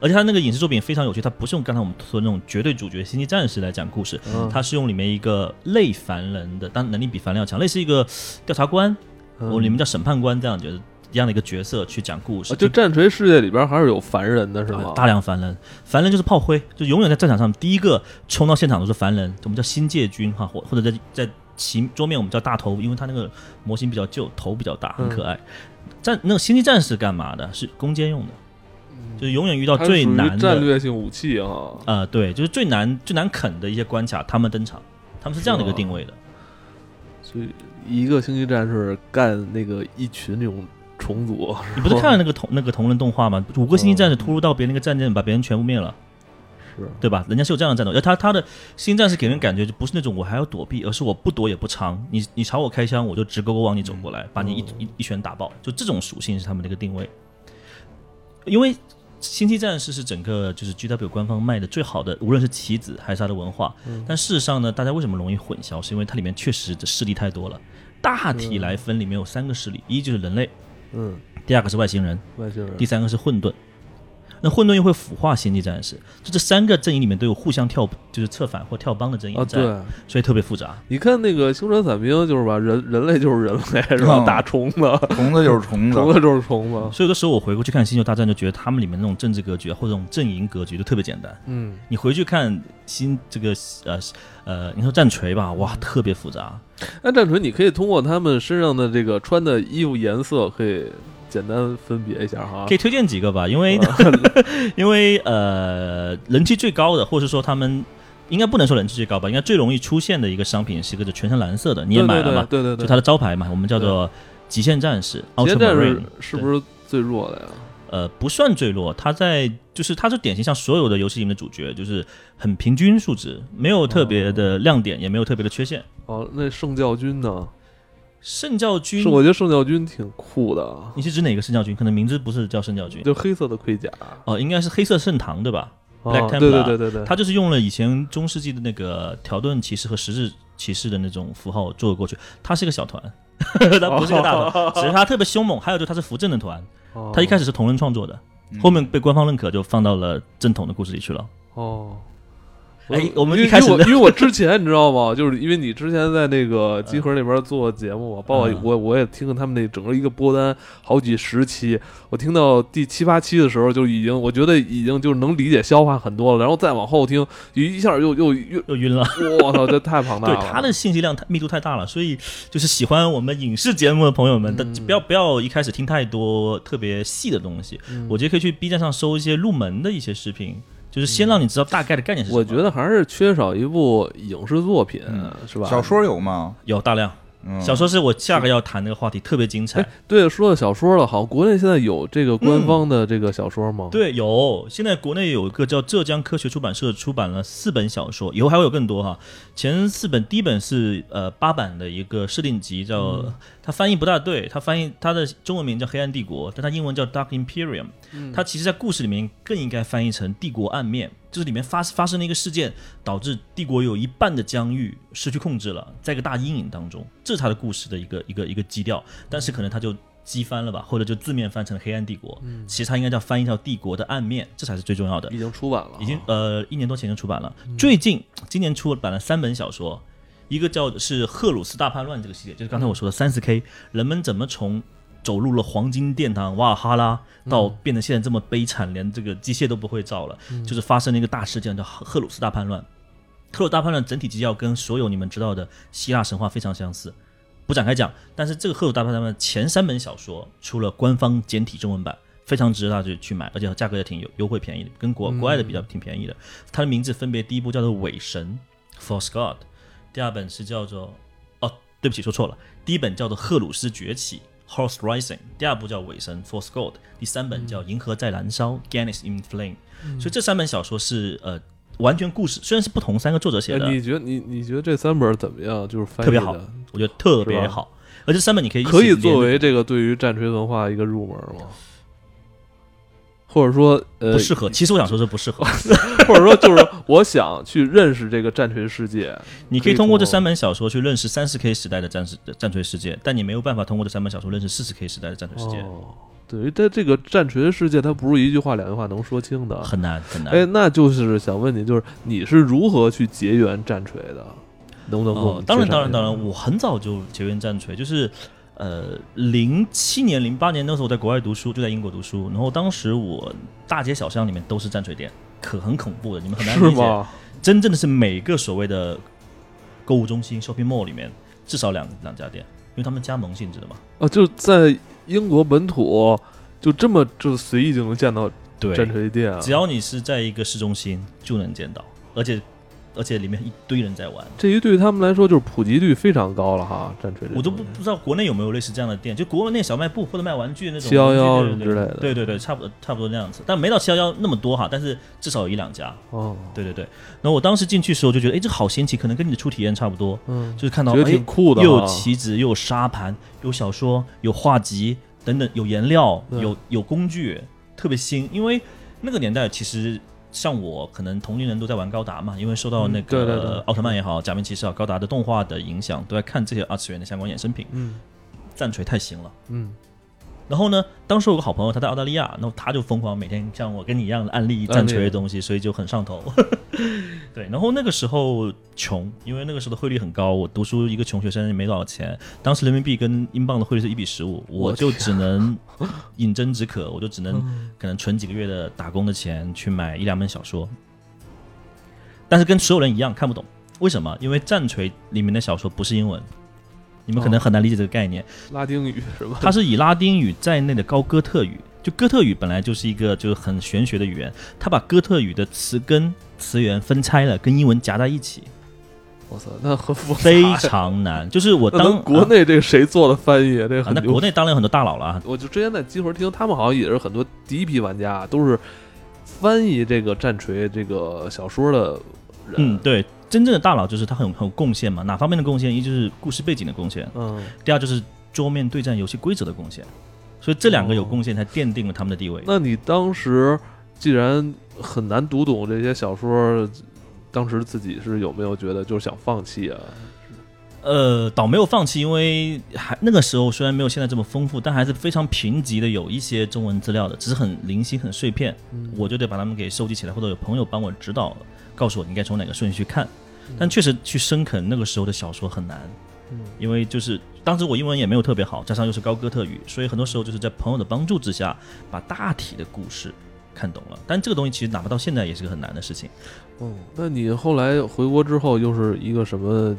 而且它那个影视作品非常有趣，它不是用刚才我们说的那种绝对主角星际战士来讲故事，嗯它是用里面一个类凡人的，当然能力比凡人要强，类似一个调查官，嗯我里面叫审判官这样觉得一样的一个角色去讲故事，啊就战锤世界里边还是有凡人的是吗？大量凡人，凡人就是炮灰，就永远在战场上第一个冲到现场的是凡人，我们叫新界军哈，或或者在在其桌面我们叫大头，因为他那个模型比较旧，头比较大，嗯很可爱。战那个星际战士干嘛的？是攻坚用的，就是永远遇到嗯它最属于难战的，略性武器啊。呃，对，就是最难最难啃的一些关卡，他们登场，他们是这样的一个是吗定位的。所以一个星际战士干那个一群那种虫族，你不是看了那个同那个同人动画吗？五个星际战士突入到别人那个战舰，把别人全部灭了。是对吧？人家是有这样的战斗，而他他的新战士给人感觉就不是那种我还要躲避，而是我不躲也不藏，你你朝我开枪，我就直勾勾往你走过来，把你一、一一拳打爆，就这种属性是他们的一个定位。因为星际战士是整个就是 GW 官方卖的最好的，无论是棋子还是它的文化，但事实上呢，大家为什么容易混淆，是因为它里面确实的势力太多了。大体来分，里面有三个势力，一就是人类，嗯，第二个是外星人，外星人第三个是混沌。那混沌又会腐化星际战士，就这三个阵营里面都有互相跳，就是策反或跳帮的阵啊，营在，对，所以特别复杂。你看那个星船伞兵就是吧，人人类就是人类是吧，嗯打虫子，虫子就是虫 虫子，子就是虫子，所以有的时候我回过去看《星球大战》，就觉得他们里面那种政治格局啊或者那种阵营格局都特别简单。嗯，你回去看新这个呃呃，你说战锤吧，哇，特别复啊杂。那战锤你可以通过他们身上的这个穿的衣服颜色，可以简单分别一下哈可。以推荐几个吧，因为、啊 因为呃，人气最高的，或者说他们应该不能说人气最高吧，应该最容易出现的一个商品是一个就全身蓝色的，你也买了嘛？对对就对对它的招牌嘛，我们叫做极限战士对，谍战 （Ultramarine） 士。是不是最弱的呀？呃，不算坠落，它在就是它是典型像所有的游戏里面的主角，就是很平均数值，没有特别的亮点，也没有特别的缺陷。哦，那圣教军呢？圣教军是，，我觉得圣教军挺酷的啊，你是指哪个圣教军？可能名字不是叫圣教军，就黑色的盔甲。哦、应该是黑色圣堂对吧？啊 Black，对 Templar 对对对对，它就是用了以前中世纪的那个条顿骑士和十字骑士的那种符号做了过去。它是一个小团， 它不是一个大团，只是它特别凶猛。还有就是它是扶正的团，哦它一开始是同人创作的，嗯嗯后面被官方认可就放到了正统的故事里去了。哦。哎我们因为一开始因为我因为我之前你知道吗？就是因为你之前在那个集合那边做节目嘛，包括嗯我我也听了他们那整个一个播单好几十期，我听到第七八期的时候就已经，我觉得已经就是能理解消化很多了，然后再往后听，一下又又又，又晕了，我操，这太庞大对了。它的信息量太密度太大了，所以就是喜欢我们影视节目的朋友们，但嗯不要不要一开始听太多特别细的东西，嗯我觉得可以去 B 站上搜一些入门的一些视频，就是先让你知道大概的概念是什么。我觉得还是缺少一部影视作品，嗯是吧？小说有吗？有大量。嗯小说是我下个要谈那个话题，特别精彩哎。对，说到小说了，好像国内现在有这个官方的这个小说吗？嗯对，有现在国内有一个叫浙江科学出版社出版了四本小说，以后还会有更多哈。前四本，第一本是呃八版的一个设定集，叫、嗯它翻译不大对，它翻译它的中文名叫《黑暗帝国》，但它英文叫《Dark Imperium》。它其实在故事里面更应该翻译成《帝国暗面》，就是里面发发生了一个事件，导致帝国有一半的疆域失去控制了，在一个大阴影当中，这是它的故事的一个一个一个基调。但是可能它就机翻了吧，或者就字面翻成了黑暗帝国。其实它应该叫翻译叫帝国的暗面，这才是最重要的。已经出版了啊，已经呃一年多前就出版了。最近今年出版了三本小说，一个叫是《赫鲁斯大叛乱》这个系列，就是刚才我说的三十 K，人们怎么从走入了黄金殿堂瓦尔哈拉，到变得现在这么悲惨，连这个机械都不会造了，就是发生了一个大事件叫赫赫鲁斯大叛乱。赫鲁大叛乱整体基调跟所有你们知道的希腊神话非常相似，不展开讲。但是这个《赫鲁大叛乱》前三本小说出了官方简体中文版，非常值得大家去去买，而且价格也挺优优惠便宜的，跟国国外的比较挺便宜的。它的名字分别第一部叫做《伪神》（False God），第二本是叫做哦，对不起说错了，第一本叫做《赫鲁斯崛起》。Horse Rising，第二部叫《伪神 False God》，第三本叫《银河在燃烧》（Ganes in Flame）。所嗯以这三本小说是呃完全故事，虽然是不同三个作者写哎的，你觉得你你觉得这三本怎么样？就是翻译特别的好，我觉得特是别吧好。而这三本你可以一起可以连作为这个对于战锤文化一个入门吗？或者说，呃，不适合。其实我想说是不适 合。或者说就是我想去认识这个战锤世界，你可可以以通过这通过三本小说去认识三十 K 时代的战士战锤世界，但你没有办法通过这三本小说认识四十 K 时代的战锤世界。哦，对于它这个战锤世界，它不是一句话两句话能说清的。很难很难。哎，那就是想问你，就是你是如何去结缘战锤的？能不能给我哦们，当然介绍当一然下当然，我很早就结缘战锤，就是呃零七年零八年那时候我在国外读书，就在英国读书，然后当时我大街小巷里面都是战锤店，可很恐怖的，你们很难是理解。吗？真正的是每个所谓的购物中心 shopping mall 里面至少两两家店，因为他们加盟性质的嘛。啊，就在英国本土，就这么就随意就能见到对战锤店啊？只要你是在一个市中心就能见到，而且而且里面一堆人在玩。这一对于他们来说就是普及率非常高了哈，战锤这我都种不不知道国内有没有类似这样的店，就国内小卖部或者卖玩具那种711对对对之类的对对对，差不多差不多那样子，但没到七幺幺那么多哈，但是至少有一两家。哦，对对对，然后我当时进去的时候就觉得，哎，这好新奇，可能跟你的初体验差不多，嗯，就是看到觉得哎挺酷的啊，又有棋子，又有沙盘，有小说，有画集等等，有颜料，对有有工具，特别新。因为那个年代其实像我可能同龄人都在玩高达嘛，因为受到那嗯对对个对奥特曼也好、假面骑士也啊好、高达的动画的影响，都在看这些二次元的相关衍生品。嗯战锤太新了。嗯，然后呢，当时我有个好朋友，他在澳大利亚，然后他就疯狂每天像我跟你一样的案例战锤的东西，所以就很上头。 对，然后那个时候穷，因为那个时候的汇率很高，我读书一个穷学生也没多少钱，当时人民币跟英镑的汇率是一比十五，我就只能饮鸩止渴，我就只能可能存几个月的打工的钱去买一两本小说，但是跟所有人一样看不懂，为什么？因为战锤里面的小说不是英文，你们可能很难理解这个概念。拉丁语是吧？它是以拉丁语在内的高哥特语，就哥特语本来就是一个就是很玄学的语言，它把哥特语的词根词源分拆了，跟英文夹在 一起，我操，那很复杂非呀常难。就是我 那咱当国内这个谁做的翻译啊？这个啊啊很那牛国内当然有很多大佬了啊，我就之前在集合听，他们好像也是很多第一批玩家，都是翻译这个战锤这个小说的人。嗯，对，真正的大佬就是他很有很有贡献嘛，哪方面的贡献？一就是故事背景的贡献，嗯，第二就是桌面对战游戏规则的贡献，所以这两个有哦贡献才奠定了他们的地位。那你当时既然很难读懂这些小说，当时自己是有没有觉得就是想放弃啊？呃，倒没有放弃，因为还那个时候虽然没有现在这么丰富，但还是非常贫瘠的，有一些中文资料的，只是很零星、很碎片，嗯我就得把它们给收集起来，或者有朋友帮我指导，告诉我应该从哪个顺序去看。但确实去深啃那个时候的小说很难，嗯因为就是当时我英文也没有特别好，加上又是高哥特语，所以很多时候就是在朋友的帮助之下，把大体的故事看懂了。但这个东西其实哪怕到现在也是个很难的事情。嗯，那你后来回国之后又是一个什么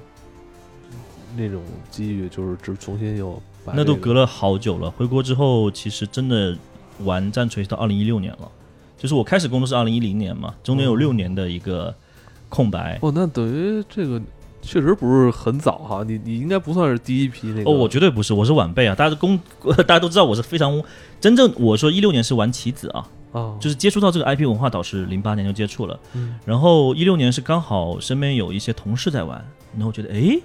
那种机遇？就是只重新又把那都这个隔了好久了。回国之后，其实真的玩战锤是到二零一六年了，就是我开始工作是二零一零年嘛，中间有嗯六年的一个空白。哦，那等于这个确实不是很早哈，你你应该不算是第一批那个哦，我绝对不是，我是晚辈啊！大家都公， 大家都知道我是非常真正我说一六年是玩棋子啊，啊，就是接触到这个 IP 文化，导师零八年就接触了，嗯然后一六年是刚好身边有一些同事在玩，然后觉得诶，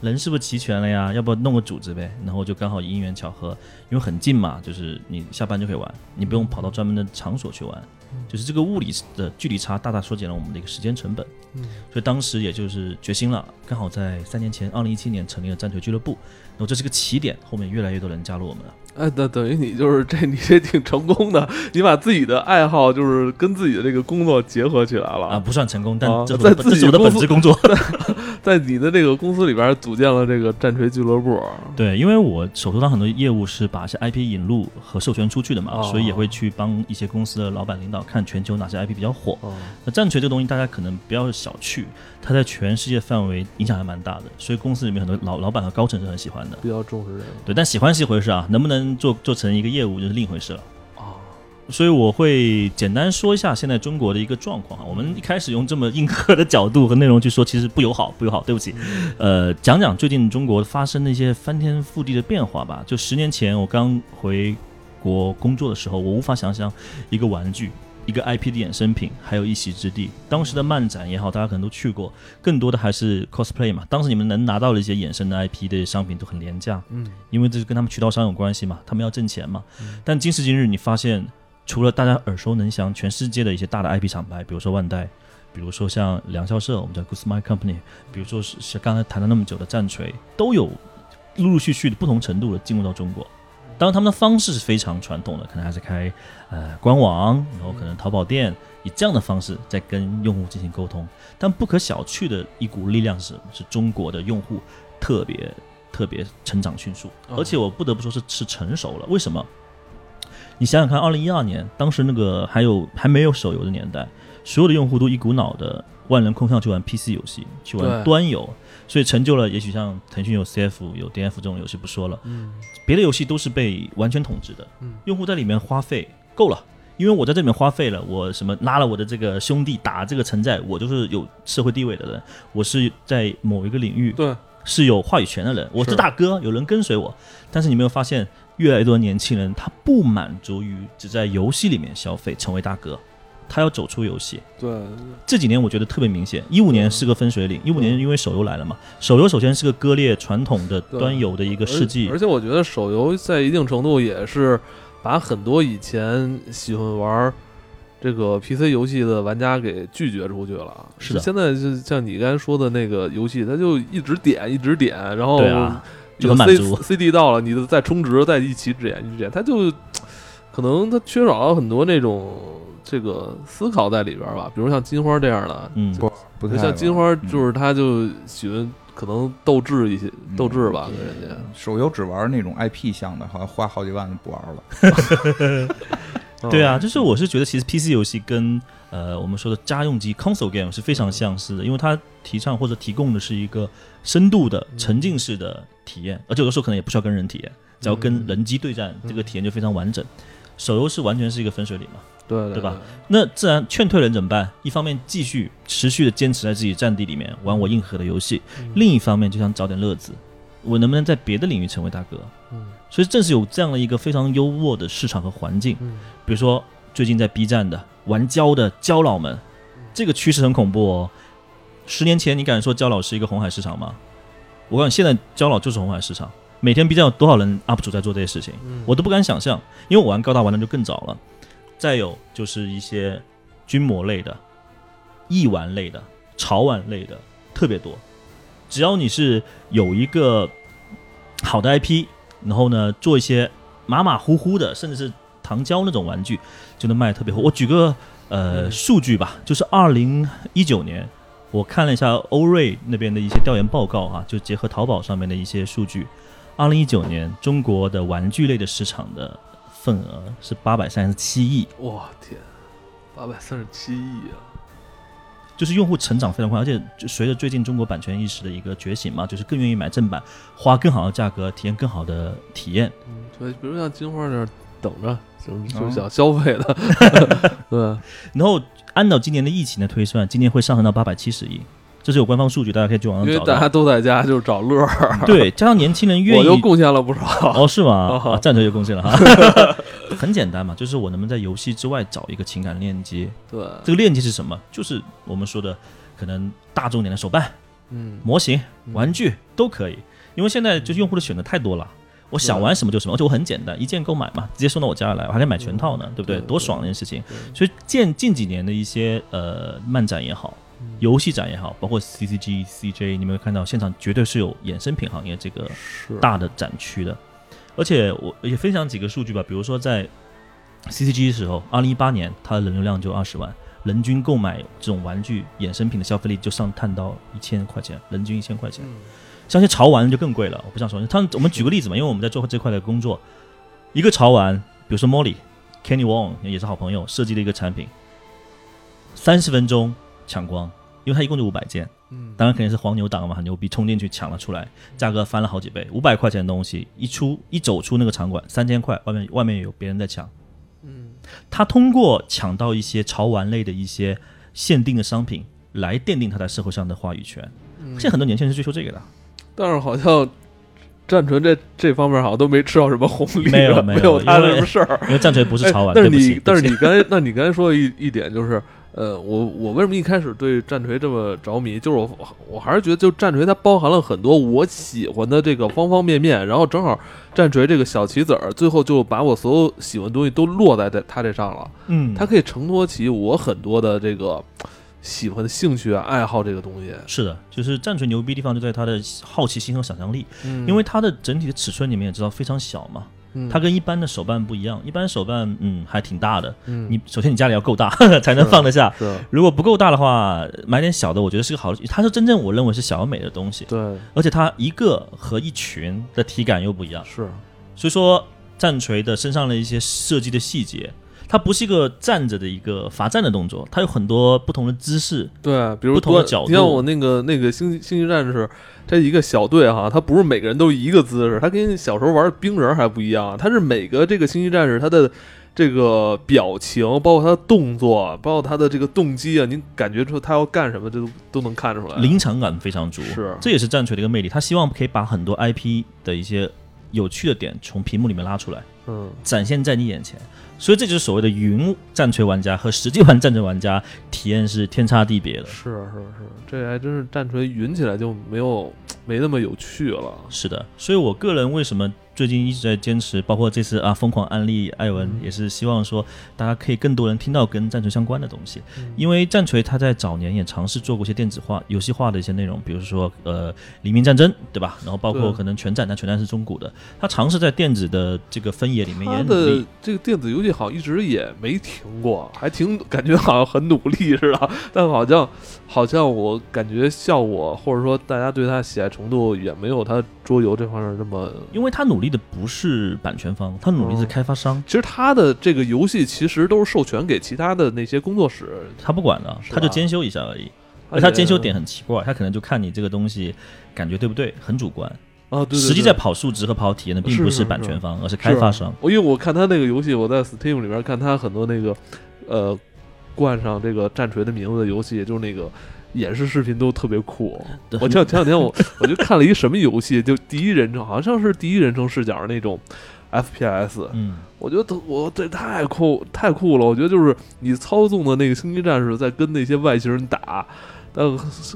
人是不是齐全了呀？要不要弄个组织呗？然后就刚好因缘巧合，因为很近嘛，就是你下班就可以玩，你不用跑到专门的场所去玩，嗯就是这个物理的距离差大大缩减了我们的一个时间成本。嗯所以当时也就是决心了，刚好在三年前，二零一七年成立了战锤俱乐部，然后这是个起点，后面越来越多人加入我们了。哎，那等于你就是这，你这挺成功的，你把自己的爱好就是跟自己的这个工作结合起来了啊，。不算成功，但啊这是在我的自这是己我的公本司职工作。在你的这个公司里边组建了这个战锤俱乐部，对，因为我手头上很多业务是把一些 IP 引入和授权出去的嘛，哦所以也会去帮一些公司的老板领导看全球哪些 IP 比较火。哦，那战锤这个东西大家可能不要小觑，它在全世界范围影响还蛮大的，所以公司里面很多老老板和高层是很喜欢的。比较重视这个对，但喜欢是一回事啊，能不能做做成一个业务就是另一回事了。啊，所以我会简单说一下现在中国的一个状况啊。我们一开始用这么硬核的角度和内容去说，其实不友好，不友好，对不起。呃，讲讲最近中国发生的一些翻天覆地的变化吧。就十年前我刚回国工作的时候，我无法想象一个玩具。一个 IP 的衍生品，还有一席之地。当时的漫展也好，大家可能都去过，更多的还是 cosplay 嘛。当时你们能拿到的一些衍生的 IP 的商品都很廉价，嗯，因为这是跟他们渠道商有关系嘛，他们要挣钱嘛。但今时今日，你发现除了大家耳熟能详，全世界的一些大的 IP 厂牌，比如说万代，比如说像良校社，我们叫 Good Smile Company，比如说是是刚才谈了那么久的战锤，都有陆陆续续的不同程度的进入到中国。当然，他们的方式是非常传统的，可能还是开呃官网，然后可能淘宝店，以这样的方式在跟用户进行沟通。但不可小觑的一股力量是什么？是中国的用户特别特别成长迅速，哦而且我不得不说是是成熟了。为什么？你想想看，二零一二年当时那个还有还没有手游的年代，所有的用户都一股脑的万人空巷去玩 PC 游戏，去玩对端游，所以成就了也许像腾讯有 CF 有 DF 这种游戏不说了，嗯别的游戏都是被完全统治的，嗯用户在里面花费够了。因为我在这里面花费了，我什么拉了我的这个兄弟打这个城寨，我就是有社会地位的人，我是在某一个领域对，是有话语权的人，我是是大哥，有人跟随我。但是你没有发现，越来越多的年轻人他不满足于只在游戏里面消费成为大哥，他要走出游戏。对，这几年我觉得特别明显，一五年是个分水岭，嗯一五年因为手游来了嘛，手游首先是个割裂传统的对端游的一个世纪而。而且我觉得手游在一定程度也是把很多以前喜欢玩这个 PC 游戏的玩家给拒绝出去了。啊是的现在就像你刚才说的那个游戏，它就一直点一直点，然后对啊，有就很 满 C 足 CD 到了，你就再充值，再一起点一起点，它就可能它缺少了很多那种这个思考在里边吧。比如像金花这样的，嗯，不不太像金花嗯就是他就喜欢可能斗智一些嗯斗智吧，跟人家。手游只玩那种 IP 项的，好像花好几万不玩了。嗯对啊，就是我是觉得其实 PC 游戏跟呃我们说的家用机 console game 是非嗯常相似的，因为它提倡或者提供的是一个深度的嗯沉浸式的体验，而且有的时候可能也不需要跟人体验，只要嗯跟人机对战，这个体验就非常完整。手游是完全是一个分水岭嘛，对对对吧？那自然劝退人怎么办？一方面继续持续的坚持在自己战地里面玩我硬核的游戏，嗯另一方面就想找点乐子，我能不能在别的领域成为大哥？嗯所以正是有这样的一个非常优渥的市场和环境，嗯比如说最近在 B 站的玩胶的胶佬们，这个趋势很恐怖哦。十年前你敢说胶佬是一个红海市场吗？我告诉你，现在胶佬就是红海市场。每天 B 站有多少人 UP 主在做这些事情，嗯我都不敢想象。因为我玩高达玩的就更早了。再有就是一些军模类的、弈玩类的、潮玩类的特别多。只要你是有一个好的 IP，然后呢做一些马马虎虎的，甚至是糖胶那种玩具，就能卖得特别火。我举个呃嗯数据吧，就是二零一九年，我看了一下欧瑞那边的一些调研报告啊，就结合淘宝上面的一些数据，二零一九年中国的玩具类的市场的份额是八百三十七亿，我天，八百三十七亿啊！就是用户成长非常快，而且就随着最近中国版权意识的一个觉醒嘛，就是更愿意买正版，花更好的价格体验更好的体验。嗯，对，比如像金花这样等着，就是就是啊想嗯消费 的，对，然后按照今年的疫情的推算，今年会上升到八百七十亿，这是有官方数据，大家可以去网因上为找大家到。都在家就是找乐儿， 对，加上年轻人愿我就意。贡献了不 少。哦，是吗？ 哦啊，战锤就贡献了哈， 很简单嘛，就是我能不能在游戏之外找一个情感链接？对，这个链接是什么？就是我们说的可能大众点的手办、嗯，模型、嗯玩具都可以，因为现在就是用户的选择太多了。我想玩什么就什么，而且我很简单，一键购买嘛，直接送到我家里来，我还可以买全套呢，对不对？对对多爽的一件事情！对所以近近几年的一些呃漫展也好，嗯游戏展也好，包括 CCG、CJ，你们有看到现场绝对是有衍生品行业这个是大的展区的。而且我也分享几个数据吧，比如说在 CCG 的时候，二零一八年它的人流量就二十万，人均购买这种玩具衍生品的消费力就上探到一千块钱，人均一千块钱。嗯像一些潮玩就更贵了，我不想说。他我们举个例子嘛，因为我们在做这块的工作，一个潮玩，比如说 Molly、Kenny Wong 也是好朋友，设计了一个产品，三十分钟抢光，因为它一共就五百件，嗯，当然肯定是黄牛党嘛，很牛逼，冲进去抢了出来，价格翻了好几倍，五百块钱的东西一出一走出那个场馆，三千块，外面外面有别人在抢，嗯他通过抢到一些潮玩类的一些限定的商品来奠定他在社会上的话语权。嗯现在很多年轻人是追求这个的。但是好像。战锤这这方面好像都没吃到什么红利，没有没没有他的因为什么事儿。因为战锤不是潮玩，哎但是对不起你，但是对你刚才，那你刚才说的一一点就是，呃，我我为什么一开始对战锤这么着迷？就是我我还是觉得，就战锤它包含了很多我喜欢的这个方方面面，然后正好战锤这个小棋子儿，最后就把我所有喜欢的东西都落在这它这上了，不起嗯，它可以承托起我很多的这个喜欢的兴趣啊、爱好这个东西。是的，就是战锤牛逼的地方就在它的好奇心和想象力，嗯因为它的整体的尺寸你们也知道非常小嘛，嗯它跟一般的手办不一样，一般手办嗯还挺大的，嗯你首先你家里要够大 才能是放得下。是如果不够大的话，买点小的，我觉得是个好。它是真正我认为是小而美的东西，对而且它一个和一群的体感又不一样。是所以说，战锤的身上的一些设计的细节，它不是一个站着的一个罚站的动作，它有很多不同的姿势。对，比如不同的端角你像度我那个那个星际星际战士，这一个小队哈，他不是每个人都一个姿势，他跟小时候玩冰人还不一样，他是每个这个星际战士他的这个表情，包括他的动作，包括他的这个动机啊，您感觉出他要干什么，这都都能看出来。临场感非常足，是这也是战锤的一个魅力。他希望可以把很多 IP 的一些有趣的点从屏幕里面拉出来，嗯，展现在你眼前。所以这就是所谓的云战锤玩家和实际玩战锤玩家体验是天差地别的。是是是，这还真是战锤云起来就没有没那么有趣了。是的，所以我个人为什么最近一直在坚持，包括这次啊疯狂安利艾文，嗯也是希望说大家可以更多人听到跟战锤相关的东西，嗯因为战锤它在早年也尝试做过一些电子化、游戏化的一些内容，比如说呃《黎明战争》，对吧？然后包括对可能《全战》，但《全战》是中古的，它尝试在电子的这个分野里面他也努的力。这个电子游戏好像一直也没停过，还挺感觉好像很努力似的，但好像好像我感觉效果或者说大家对它喜爱程度也没有它桌游这方面那么。因为它努力的不是版权方，它努力的是嗯开发商，其实它的这个游戏其实都是授权给其他的那些工作室，他不管了，哦是他就吧兼修一下而已。而而他兼修点很奇怪，他可能就看你这个东西感觉对不对，很主观。啊，对对对实际在跑数值和跑体验的并不是版权方，而是啊开发商。我因为我看他那个游戏，我在 Steam 里边看他很多那个，呃，冠上这个战锤的名字的游戏，就是那个演示视频都特别酷。对我前前两天我我就看了一什么游戏，就第一人称，好像是第一人称视角那种 FPS，嗯，我觉得特我这太酷太酷了。我觉得就是你操纵的那个星际战士在跟那些外星人打。但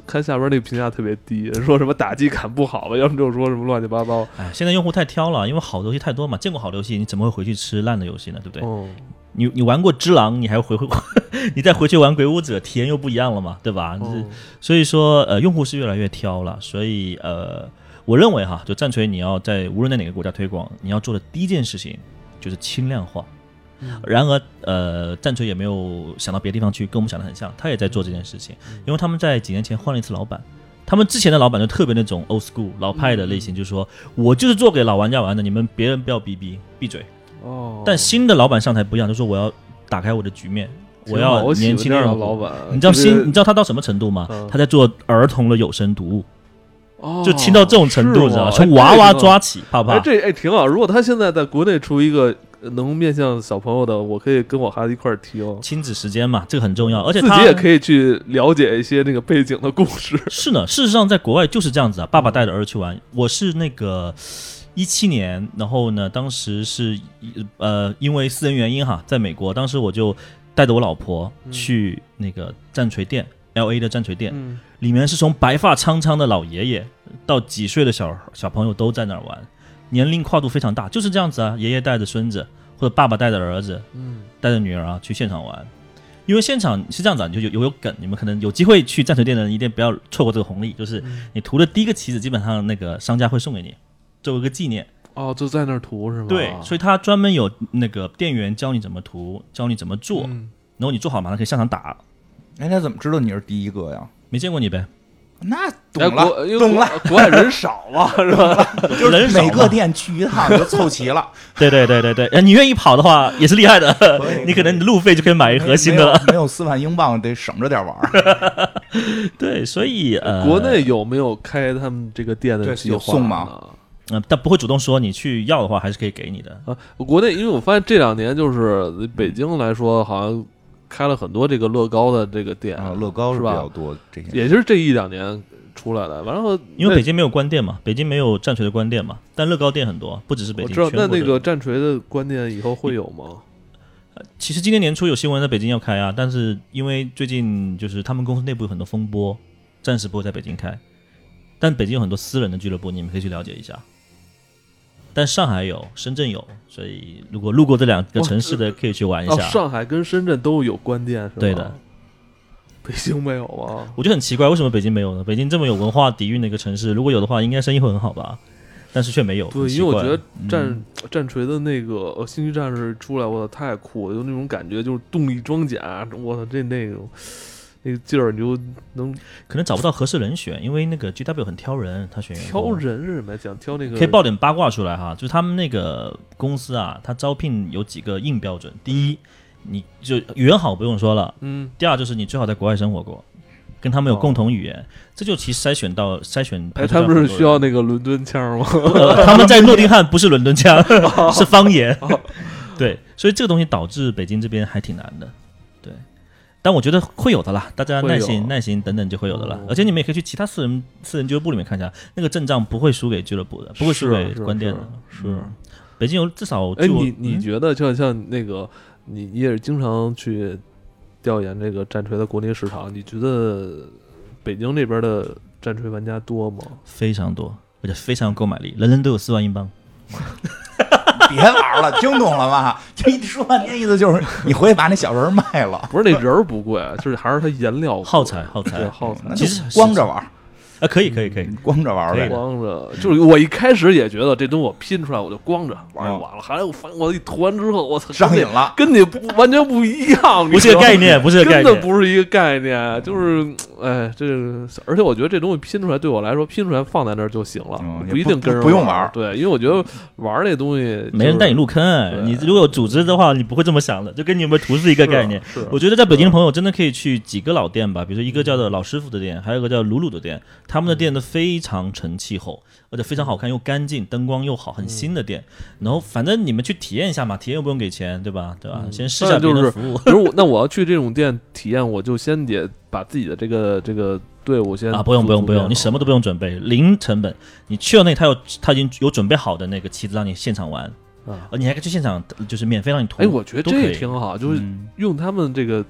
看下边那个评价特别低，说什么打击感不好吧，要么就说什么乱七八糟。哎，现在用户太挑了，因为好的游戏太多嘛，见过好的游戏，你怎么会回去吃烂的游戏呢？对不对？嗯，你你玩过《只狼》，你还回回， 你再回去玩《鬼武者》，体验又不一样了嘛，对吧？嗯所以说，呃，用户是越来越挑了，所以呃，我认为哈，就战锤你要在无论在哪个国家推广，你要做的第一件事情就是轻量化。嗯然而，呃，战锤也没有想到别的地方去，跟我们想的很像，他也在做这件事情，嗯因为他们在几年前换了一次老板。他们之前的老板就特别那种 old school 老派的类型，就是说我就是做给老玩家玩的，你们别人不要逼逼闭嘴。哦，但新的老板上台不一样，就说我要打开我的局面，我要年轻的人老板，你知道呃就是新，你知道他到什么程度吗嗯？他在做儿童的有声读物，哦就轻到这种程度，是你知道吗吗？从娃娃抓起，怕哎不怕？这哎挺好。如果他现在在国内出一个呃能面向小朋友的，我可以跟我孩子一块儿听，亲子时间嘛，这个很重要，而且自他己也可以去了解一些那个背景的故事。是呢，事实上在国外就是这样子啊，爸爸带着儿子去玩。我是那个一七年，然后呢，当时是呃因为私人原因哈，在美国，当时我就带着我老婆去那个战锤店。L A 的战锤店嗯，里面是从白发苍苍的老爷爷到几岁的小小朋友都在那儿玩，年龄跨度非常大，就是这样子啊。爷爷带着孙子，或者爸爸带着儿子，嗯，带着女儿啊去现场玩，因为现场是这样子啊，你就有有有梗，你们可能有机会去战锤店的人一定不要错过这个红利，就是你涂的第一个棋子，基本上那个商家会送给你，作为一个纪念。哦，就在那儿涂是吗？对，所以他专门有那个店员教你怎么涂，教你怎么做，嗯然后你做好马上可以上场打。哎，他怎么知道你是第一个呀？没见过你呗， 那哎懂国了，因为懂国了，国外人少嘛， 是吧？就是人少每个嘛。店去一趟就凑齐了，对对对对对，哎你愿意跑的话也是厉害的，你可能你路费就可以买一盒新的了。没有没有四万英镑得省着点玩儿。对，所以 呃，国内有没有开他们这个店的对计划有送吗呢嗯，但不会主动说你去要的话，还是可以给你的。啊，国内因为我发现这两年就是嗯北京来说，好像开了很多这个乐高的这个店啊，乐高是比吧较多这 些，也就是这一两年出来的。完了，因为北京没有关店嘛，北京没有战锤的关店嘛，但乐高店很多，不只是那北我京。知道，全那国那都个有，战锤的观念以后会有吗？其实今年年初有新闻在北京要开啊，但是因为最近就是他们公司内部有很多风波，暂时不会在北京开。但北京有很多私人的俱乐部，你们可以去了解一下。但上海有，深圳有，所以如果路过这两个城市的，可以去玩一哦，下。上海跟深圳都有关店是吧？对的，北京没有吗？我觉得很奇怪，为什么北京没有呢？北京这么有文化底蕴的一个城市，如果有的话，应该生意会很好吧？但是却没有。对，很因奇为我怪觉得战、嗯战锤的那个呃星际战士出来，我操，太酷了，就那种感觉，就是动力装甲，我操，这那种那个劲儿，你就能可能找不到合适人选，因为那个 GW 很挑人，他选员挑工。人是什么呀？讲挑那个可以爆点八卦出来哈，就是他们那个公司啊，他招聘有几个硬标准，第一，你就语言好不用说了，嗯第二就是你最好在国外生活过，跟他们有哦共同语言，这就其实筛选到筛选。哎，他们是需要那个伦敦腔吗？ 呃，他们在诺丁汉不是伦敦腔， 是方言。哦 对，所以这个东西导致北京这边还挺难的。对，但我觉得会有的啦，大家会有耐心、耐心等等就会有的啦哦。而且你们也可以去其他私人私人俱乐部里面看一下，那个阵仗不会输给俱乐部的，不会输是啊给是啊关店是的啊。是嗯啊北京有至少哎，据我你你嗯觉得像像那个你你也是经常去调研这个战锤的国内市场，你觉得北京这边的战锤玩家多吗？非常多，而且非常有购买力，人人都有四万英镑。别玩了，听懂了吗？ 这一说半天意思就是你回去把那小人卖了，不是那人儿不贵，就是还是它颜料贵嗯耗材耗材对耗材那。其就实光着玩，啊，可以可以可以，光着玩可以呗的。光着，就是我一开始也觉得这东西我拼出来我就光着玩哦就完了，后来我发现我一涂完之后，我操，上瘾了，了，跟你不完全不一样，不是个概念。念，不是个概真的念。嗯不是一个概念，就是哎，这个而且我觉得这东西拼出来对我来说，拼出来放在那儿就行了，嗯哦也一不定跟人不用玩儿玩儿。对，因为我觉得玩儿这东西、没人带你路，入坑、哎对你如果有组织的话，你不会这么想的，就跟你有没有图是一个概念。是啊嗯我觉得在北京的朋友真的可以去几个老店吧，比如说一个叫做老师傅的店，还有一个叫鲁鲁的店，他们的店都非常成气候，而且非常好看又干净，灯光又好，很嗯新的店。然后反正你们去体验一下嘛，体验又不用给钱，对吧？对吧？先试一下嗯但 就别人的是服务。比如我那我要去这种店体验，我就先得把自己的这个这个队伍先啊，不用不用不用，你什么都不用准备，零成本。你去了那，他有他已经有准备好的那个旗子让你现场玩，用啊。呃，你还可以去现场就是免费让你涂。哎，我觉得都可这以挺好，就是嗯用他们这个。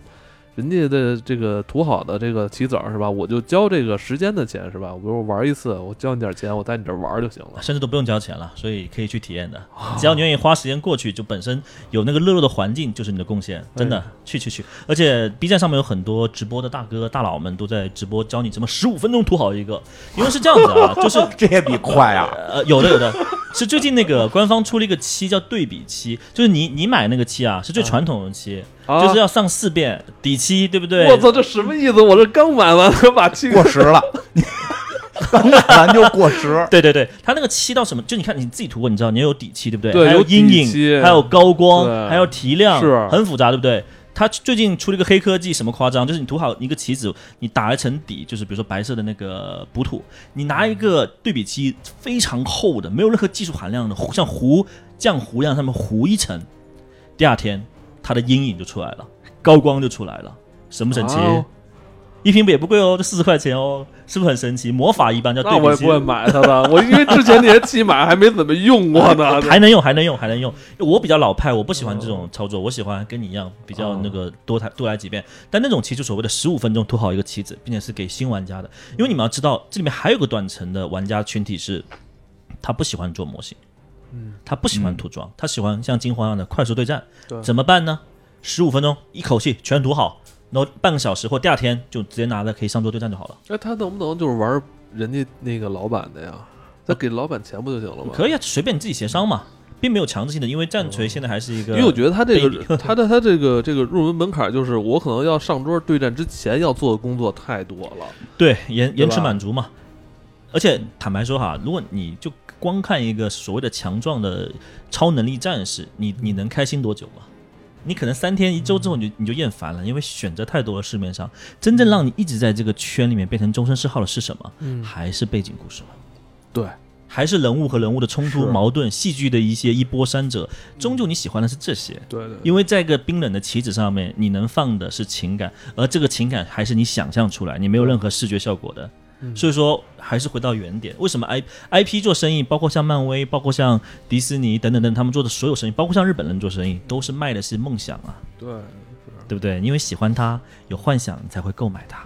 人家的这个涂好的这个棋子儿是吧？我就交这个时间的钱是吧？我比如我玩一次，我交你点儿钱，我在你这儿玩儿就行了。甚至都不用交钱了，所以可以去体验的。只要你愿意花时间过去，就本身有那个热络的环境，就是你的贡献。真的，去去去！而且 B 站上面有很多直播的大哥大佬们都在直播教你怎么十五分钟涂好一个，因为是这样子啊，就是这也比快啊！呃，有的有的，是最近那个官方出了一个漆叫对比漆，就是你你买那个漆啊，是最传统的漆，啊就是要上四遍底漆，对不 对？我操，这什么意思？我这刚买完，我把这过个时了， 刚买完就过时。对对对，它那个漆到什么？就你看你自己涂过，你知道你要有底漆，对不对？对还有有底阴漆影，还有高对光，还有提亮，是很复杂，对不对？它最近出了一个黑科技，什么夸张？就是你涂好一个棋子，你打一层底，就是比如说白色的那个补土，你拿一个对比漆，非常厚的，没有任何技术含量的，像糊浆糊一样，上面糊一层，第二天它的阴影就出来了，高光就出来了，神不神奇？哦一瓶也不贵哦，就四十块钱哦，是不是很神奇？魔法一般叫对那比漆。我也不会买它的。我因为之前那些漆买还没怎么用过呢。还能用，还能用，还能用。我比较老派，我不喜欢这种操作，我喜欢跟你一样比较那个多台多来几遍。但那种棋就所谓的十五分钟涂好一个棋子，并且是给新玩家的，因为你们要知道，这里面还有个断层的玩家群体是，他不喜欢做模型，嗯，他不喜欢涂装，他喜欢像金花一样的快速对战。对怎么办呢？十五分钟一口气全涂好，然后半个小时或第二天就直接拿着可以上桌对战就好了。哎，他能不能就是玩人家那个老板的呀？他给老板钱不就行了吗？可以啊，随便你自己协商嘛。并没有强制性的，因为战锤现在还是一个，因为我觉得他这对个他的他这个这个入门门槛就是我可能要上桌对战之前要做的工作太多了。对，延延迟吧满足嘛。而且坦白说哈，如果你就光看一个所谓的强壮的超能力战士，你你能开心多久嘛？你可能三天一周之后你就你就厌烦了，因为选择太多了。市面上真正让你一直在这个圈里面变成终身嗜好的是什么？嗯还是背景故事嘛对，还是人物和人物的冲突、是矛盾、戏剧的一些一波三折。终究你喜欢的是这些，对对因为在一个冰冷的棋子上面，你能放的是情感，而这个情感还是你想象出来，你没有任何视觉效果的。所以说，还是回到原点，为什么 I I P 做生意，包括像漫威，包括像迪士尼等等等，他们做的所有生意，包括像日本人做生意，都是卖的是梦想啊，对，对不对？因为喜欢它，有幻想，你才会购买它。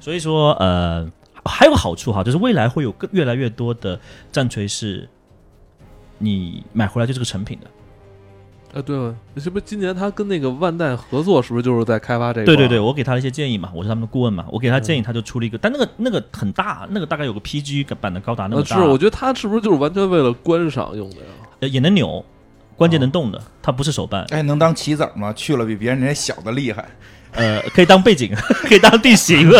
所以说，呃，还有个好处哈，就是未来会有更越来越多的战锤是，你买回来就是个成品的。啊，对了，是不是今年他跟那个万代合作，是不是就是在开发这个？对对对，，我给他了一些建议嘛，我是他们的顾问嘛，我给他嗯建议，他就出了一个，但那个那个很大，那个大概有个 PG 版的高达那么那大，呃是我觉得他是不是就是完全为了观赏用的呀？呃也能扭，关节能动的，它不是手办，哎，能当棋子儿吗？去了比别人那些小的厉害。嗯呃，可以当背景， 可以当地形。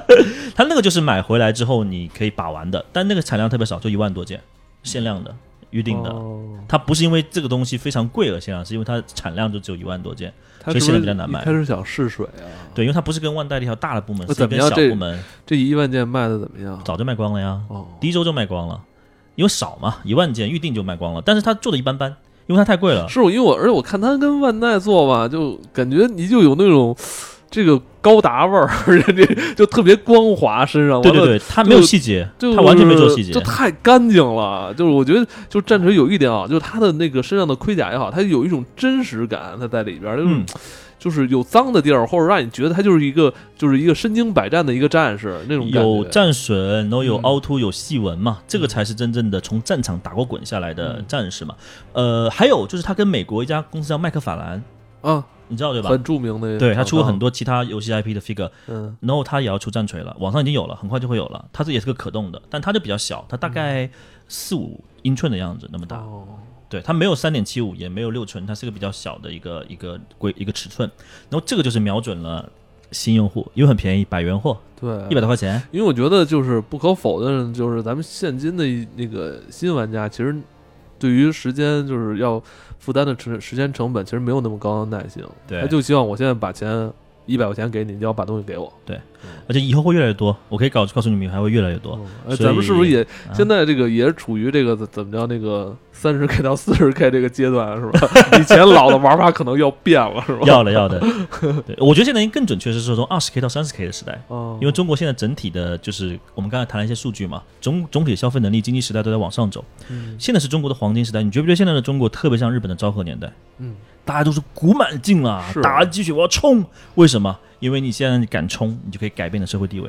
它那个就是买回来之后你可以把玩的，但那个产量特别少，就一万多件，限量的，预定的。哦它不是因为这个东西非常贵而限量，是因为它产量就只有一万多件。他所以是现在不比是较难买一开始想试水啊？对，因为它不是跟万代的一条大的部门，那是怎么跟样小这部门，这一万件卖的怎么样？啊早就卖光了呀，哦，第一周就卖光了，因为少嘛，一万件预定就卖光了。但是它做的一般般，因为它太贵了。是我因为我而且我看他跟万代做吧，就感觉你就有那种这个高达味儿， 这就特别光滑，身上对对啊完了对，它没有细节，就它完全没做细节就。太干净了。就是我觉得，就战锤有一点啊，就是它的那个身上的盔甲也好，它有一种真实感，它在里边儿，就是、嗯，就是有脏的地儿，或者让你觉得他就是一个就是一个身经百战的一个战士那种感觉。有战损，然后有嗯凹凸，有细纹嘛，这个才是真正的从战场打过滚下来的嗯战士嘛。呃，还有就是他跟美国一家公司叫麦克法兰，啊，你知道对吧？很著名的，对他出过很，多其他游戏 IP 的 figure，嗯然后他也要出战锤了，网上已经有了，很快就会有了。它这也是个可动的，但它就比较小，它大嗯概四五英寸的样子那么大。哦，对，它没有三点七五，也没有六寸，它是个比较小的一个一个规一个尺寸。然后这个就是瞄准了新用户，因为很便宜，百元货，对，一百多块钱。因为我觉得就是不可否认，就是咱们现今的一那个新玩家，其实对于时间就是要负担的时时间成本，其实没有那么高的耐性。对他就希望我现在把钱一百块钱给你，你要把东西给我。而且以后会越来越多，我可以告告诉你们，还会越来越 多。哎，所以咱们是不是也啊现在这个也是处于这个怎怎么着那个三十 K 到四十 K 这个阶段是 吧？以前老的玩法可能要变了是吧？要了要的，对，我觉得现在已经更准确是说从二十 K 到三十 K 的时代，哦，因为中国现在整体的，就是我们刚才谈了一些数据嘛，总总体的消费能力、经济时代都在往上走，嗯现在是中国的黄金时代。你觉不觉得现在的中国特别像日本的昭和年代？嗯大家都是鼓满劲了是，打了鸡血，我要冲！为什么？因为你现在敢冲，你就可以改变你的社会地位。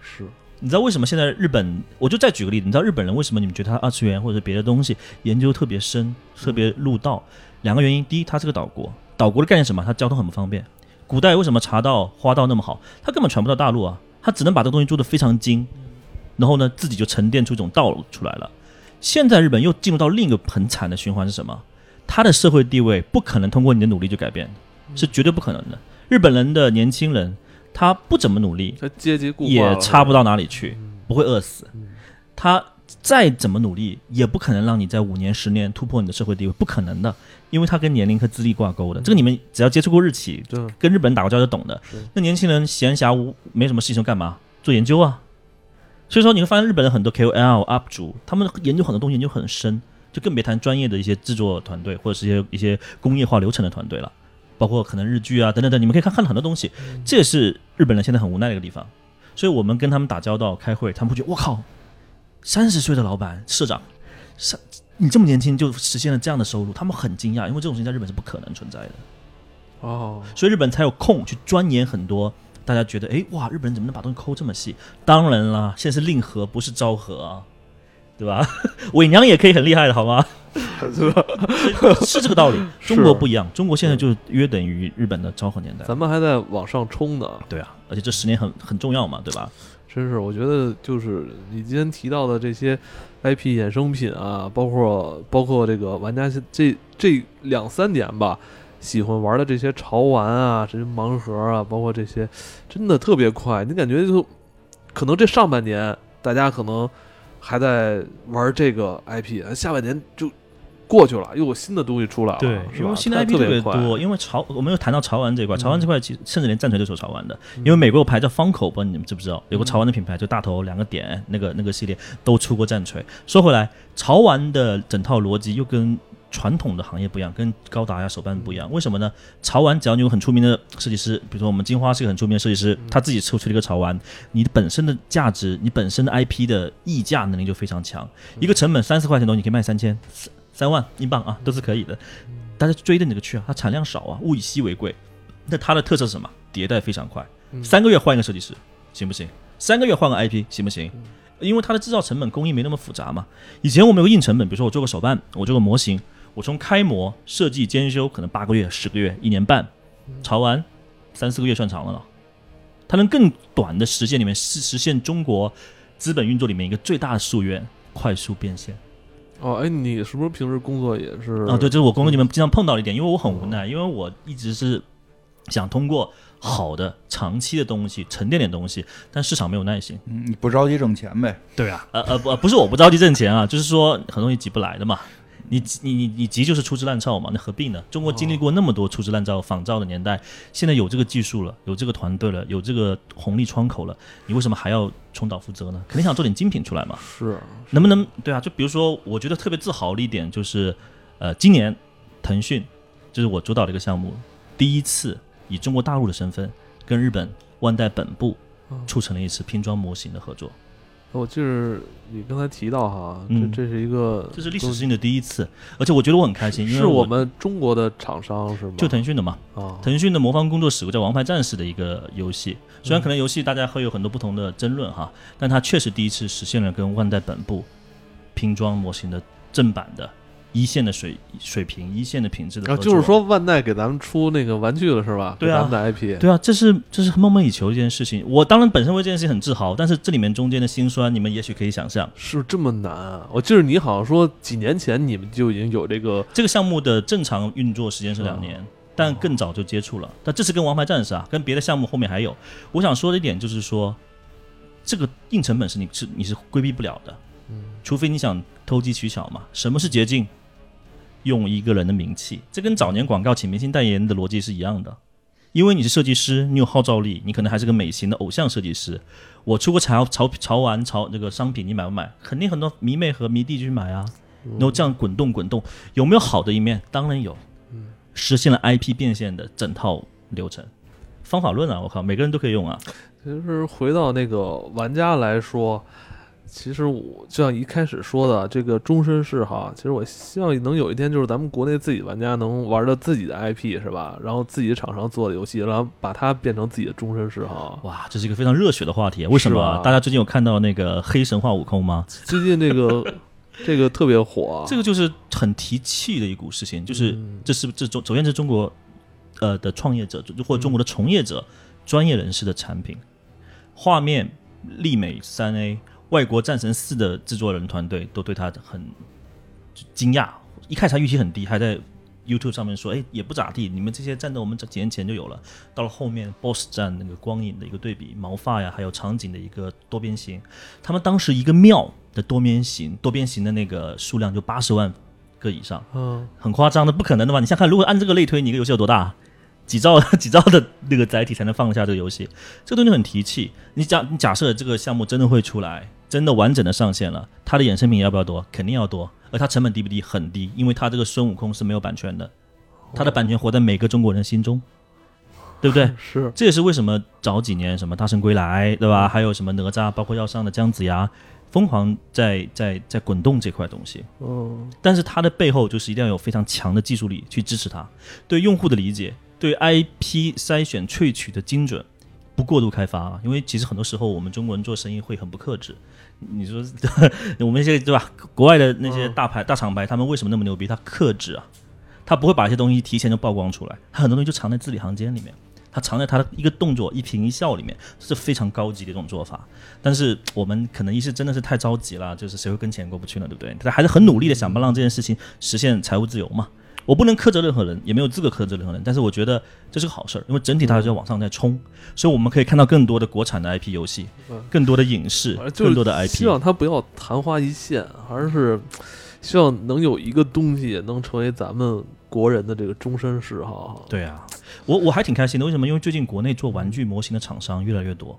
是你知道为什么现在日本？我就再举个例子，你知道日本人为什么你们觉得他二次元或者别的东西研究特别深、特别入道？两个原因：第一，它是个岛国，岛国的概念是什么？它交通很不方便。古代为什么茶道、花道那么好？它根本传不到大陆啊，它只能把这个东西做得非常精，然后呢，自己就沉淀出一种道路出来了。现在日本又进入到另一个很惨的循环是什么？他的社会地位不可能通过你的努力就改变，是绝对不可能的。日本人的年轻人，他不怎么努力，他阶级固化也了差不到哪里去，不会饿死嗯。他再怎么努力，也不可能让你在五年、十年突破你的社会地位，不可能的，因为他跟年龄和资历挂钩的。这个你们只要接触过日企，对跟日本人打过交道就懂的是。那年轻人闲暇无没什么事情就干嘛？做研究啊。所以说你会发现日本人很多 KOL UP 主，他们研究很多东西研究很深，就更别谈专业的一些制作团队或者是一些一些工业化流程的团队了，包括可能日剧啊等等等，你们可以看看到很多东西。这也是日本人现在很无奈的一个地方。所以我们跟他们打交道、开会，他们会觉得我靠，三十岁的老板、社长，三你这么年轻就实现了这样的收入，他们很惊讶，因为这种事情在日本是不可能存在的。哦，所以日本才有空去钻研很多大家觉得，哎，哇，日本人怎么能把东西抠这么细？当然啦，现在是令和，不是昭和啊，对吧？ 伪娘也可以很厉害的，好吗？是这个道理。 是中国不一样，中国现在就约等于日本的昭和年 代。咱们还在往上冲呢。对啊，而且这十年很很重要嘛，对吧？真是，我觉得就是你今天提到的这些 IP 衍生品啊，包括包括这个玩家现这这两三年吧，喜欢玩的这些潮玩啊，这些盲盒啊，包括这些，真的特别快。你感觉就可能这上半年大家可能还在玩这个 IP，下半年就过去了，又有新的东西出来了，是因吧？为新的它 IP 特别快，多，因为潮我们又谈到潮玩这一块，嗯潮玩这块其实甚至连战锤都是有潮玩的，嗯因为美国有牌叫方口，不知道你们知不知道，有个嗯潮玩的品牌，就大头两个点那个那个系列都出过战锤。说回来，潮玩的整套逻辑又跟传统的行业不一样，跟高达呀手办不一样，为什么呢？潮玩只要你有很出名的设计师，比如说我们金花是个很出名的设计师，他自己抽出了一个潮玩，你本身的价值，你本身的 IP 的溢价能力就非常强。一个成本三十块钱的东西，你可以卖三千、三三万英镑啊，都是可以的。大家追着你这个去啊，它产量少啊，物以稀为贵。那它的特色是什么？迭代非常快，嗯三个月换一个设计师，行不行？三个月换个 IP 行不行？因为它的制造成本、工艺没那么复杂嘛。以前我们有个硬成本，比如说我做个手办，我做个模型，我从开模设计兼修可能八个月、十个月、一年半，潮玩三四个月算长了了。它能更短的实现里面实实现中国资本运作里面一个最大的夙愿——快速变现。哦，哎，你是不是平时工作也是？啊，对，这是我工作里面经常碰到的一点，因为我很无奈，因为我一直是想通过好的、长期的东西沉淀点东西，但市场没有耐心。嗯你不着急挣钱呗？对啊，呃呃不不是我不着急挣钱啊，就是说很多西急不来的嘛。你急你你你急就是粗制滥造嘛，那何必呢？中国经历过那么多粗制滥造、仿造的年代，现在有这个技术了，有这个团队了，有这个红利窗口了，你为什么还要重蹈覆辙呢？肯定想做点精品出来嘛。是能不能对啊？就比如说，我觉得特别自豪的一点就是，呃，今年腾讯就是我主导的一个项目，第一次以中国大陆的身份跟日本万代本部嗯促成了一次拼装模型的合作，我记得哦你刚才提到哈，嗯这这是一个，这是历史性的第一次，而且我觉得我很开心，因为是我们中国的厂商是吗？就腾讯的嘛，啊，腾讯的魔方工作室有叫《王牌战士》的一个游戏，虽然可能游戏大家会有很多不同的争论哈，但它确实第一次实现了跟万代本部拼装模型的正版的一线的水水平、一线的品质的啊，合作、就是说万代给咱们出那个玩具了是吧？对啊给咱们的 IP，对啊，这是这是梦寐以求的一件事情。我当然本身为这件事情很自豪，但是这里面中间的辛酸，你们也许可以想象。是这么难啊？我记得你好像说几年前你们就已经有这个这个项目的正常运作时间是两年，但更早就接触了。但这次跟《王牌战士》啊，跟别的项目后面还有，我想说的一点就是说，这个硬成本是你是你是规避不了的，除非你想投机取巧嘛。什么是捷径？用一个人的名气，这跟早年广告请明星代言的逻辑是一样的。因为你是设计师，你有号召力，你可能还是个美型的偶像设计师。我出个潮潮潮玩潮这个商品，你买不买？肯定很多迷妹和迷弟去买啊。然后这样滚动滚动，有没有好的一面？当然有，嗯实现了 IP 变现的整套流程方法论啊！我靠，每个人都可以用啊！其实回到那个玩家来说，其实我就像一开始说的，这个终身嗜好，其实我希望能有一天，就是咱们国内自己玩家能玩到自己的 IP 是吧？然后自己的厂商做的游戏，然后把它变成自己的终身嗜好。哇，这是一个非常热血的话题，为什么是啊吧？大家最近有看到那个黑神话悟空吗？最近这个 这个特别火，啊这个就是很提气的一股事情，就是这是这中首先是中国呃的创业者就或者中国的从业者、专业人士的产品，画面力美三 A，外国战神四的制作人团队都对他很惊讶，一开始他预期很低，还在 YouTube 上面说，哎，也不咋地，你们这些战斗我们几年前就有了，到了后面 BOSS 战那个光影的一个对比，毛发呀，还有场景的一个多边形，他们当时一个庙的多边形，多边形的那个数量就八十万个以上，嗯，很夸张的，不可能的嘛！你想看，如果按这个类推，你一个游戏有多大？几兆 几兆的那个载体才能放得下这个游戏，这个东西很提气。你假你假设这个项目真的会出来，真的完整的上线了，它的衍生品要不要多？肯定要多，而它成本低不低？很低，因为它这个孙悟空是没有版权的，它的版权活在每个中国人心中，对不对？是这也是为什么早几年什么《大圣归来》，对吧？还有什么哪吒，包括要上的姜子牙，疯狂在在在滚动这块东西。嗯，但是它的背后就是一定要有非常强的技术力去支持它，对用户的理解，对 IP 筛选萃取的精准，不过度开发啊，因为其实很多时候我们中国人做生意会很不克制。你说 我们一些对吧？国外的那些大牌、大厂牌，他们为什么那么牛逼？他克制啊，他不会把一些东西提前就曝光出来，他很多东西就藏在字里行间里面，他藏在他的一个动作、一颦一笑里面，是非常高级的一种做法。但是我们可能一是真的是太着急了，就是谁会跟钱过不去呢？对不对？他还是很努力的想办法让这件事情实现财务自由嘛。我不能苛责任何人，也没有资格苛责任何人，但是我觉得这是个好事儿，因为整体它是在往上在冲，所以我们可以看到更多的国产的 IP 游戏嗯，更多的影视反正，就是更多的 IP。希望它不要昙花一现，而是希望能有一个东西能成为咱们国人的这个终身嗜好。对啊，我我还挺开心的。为什么？因为最近国内做玩具模型的厂商越来越多。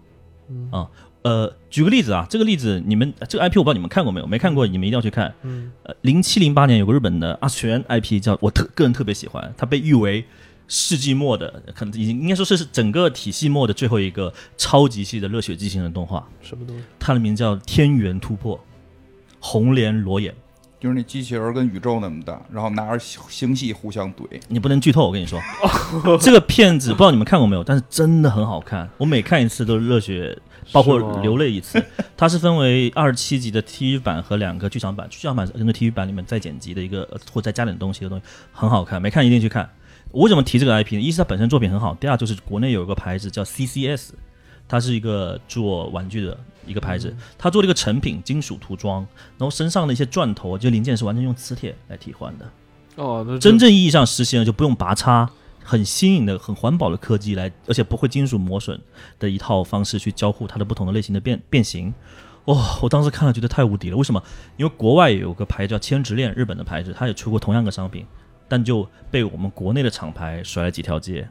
嗯啊，呃，举个例子啊，这个例子你们这个 IP 我不知道你们看过没有，没看过你们一定要去看。嗯，呃，零七零八年有个日本的阿全 IP 叫我特个人特别喜欢，它被誉为世纪末的，可能已经应该说是是整个体系末的最后一个超级系的热血机器人动画。什么东西？它的名字叫《天元突破》，红莲裸眼，就是那机器人跟宇宙那么大，然后拿着星系互相怼。你不能剧透，我跟你说， 这个片子不知道你们看过没有，但是真的很好看，我每看一次都热血，包括是吗流泪 一次。它是分为二十七集的 TV 版和两个剧场版，剧场版是根据 TV 版里面再剪辑的一个呃或者再加点东西的东西，很好看，没看一定去看。我为什么提这个 IP 呢？一是它本身作品很好，第二就是国内有一个牌子叫 CCS，它是一个做玩具的一个牌子，嗯它做了一个成品金属涂装，然后身上的一些钻头就零件是完全用磁铁来替换的。哦，那真正意义上实现了就不用拔插，很新颖的、很环保的科技来，而且不会金属磨损的一套方式去交互它的不同的类型的变变形。哇、我当时看了觉得太无敌了，为什么？因为国外有个牌叫千值链，日本的牌子，它也出过同样的商品，但就被我们国内的厂牌甩了几条街。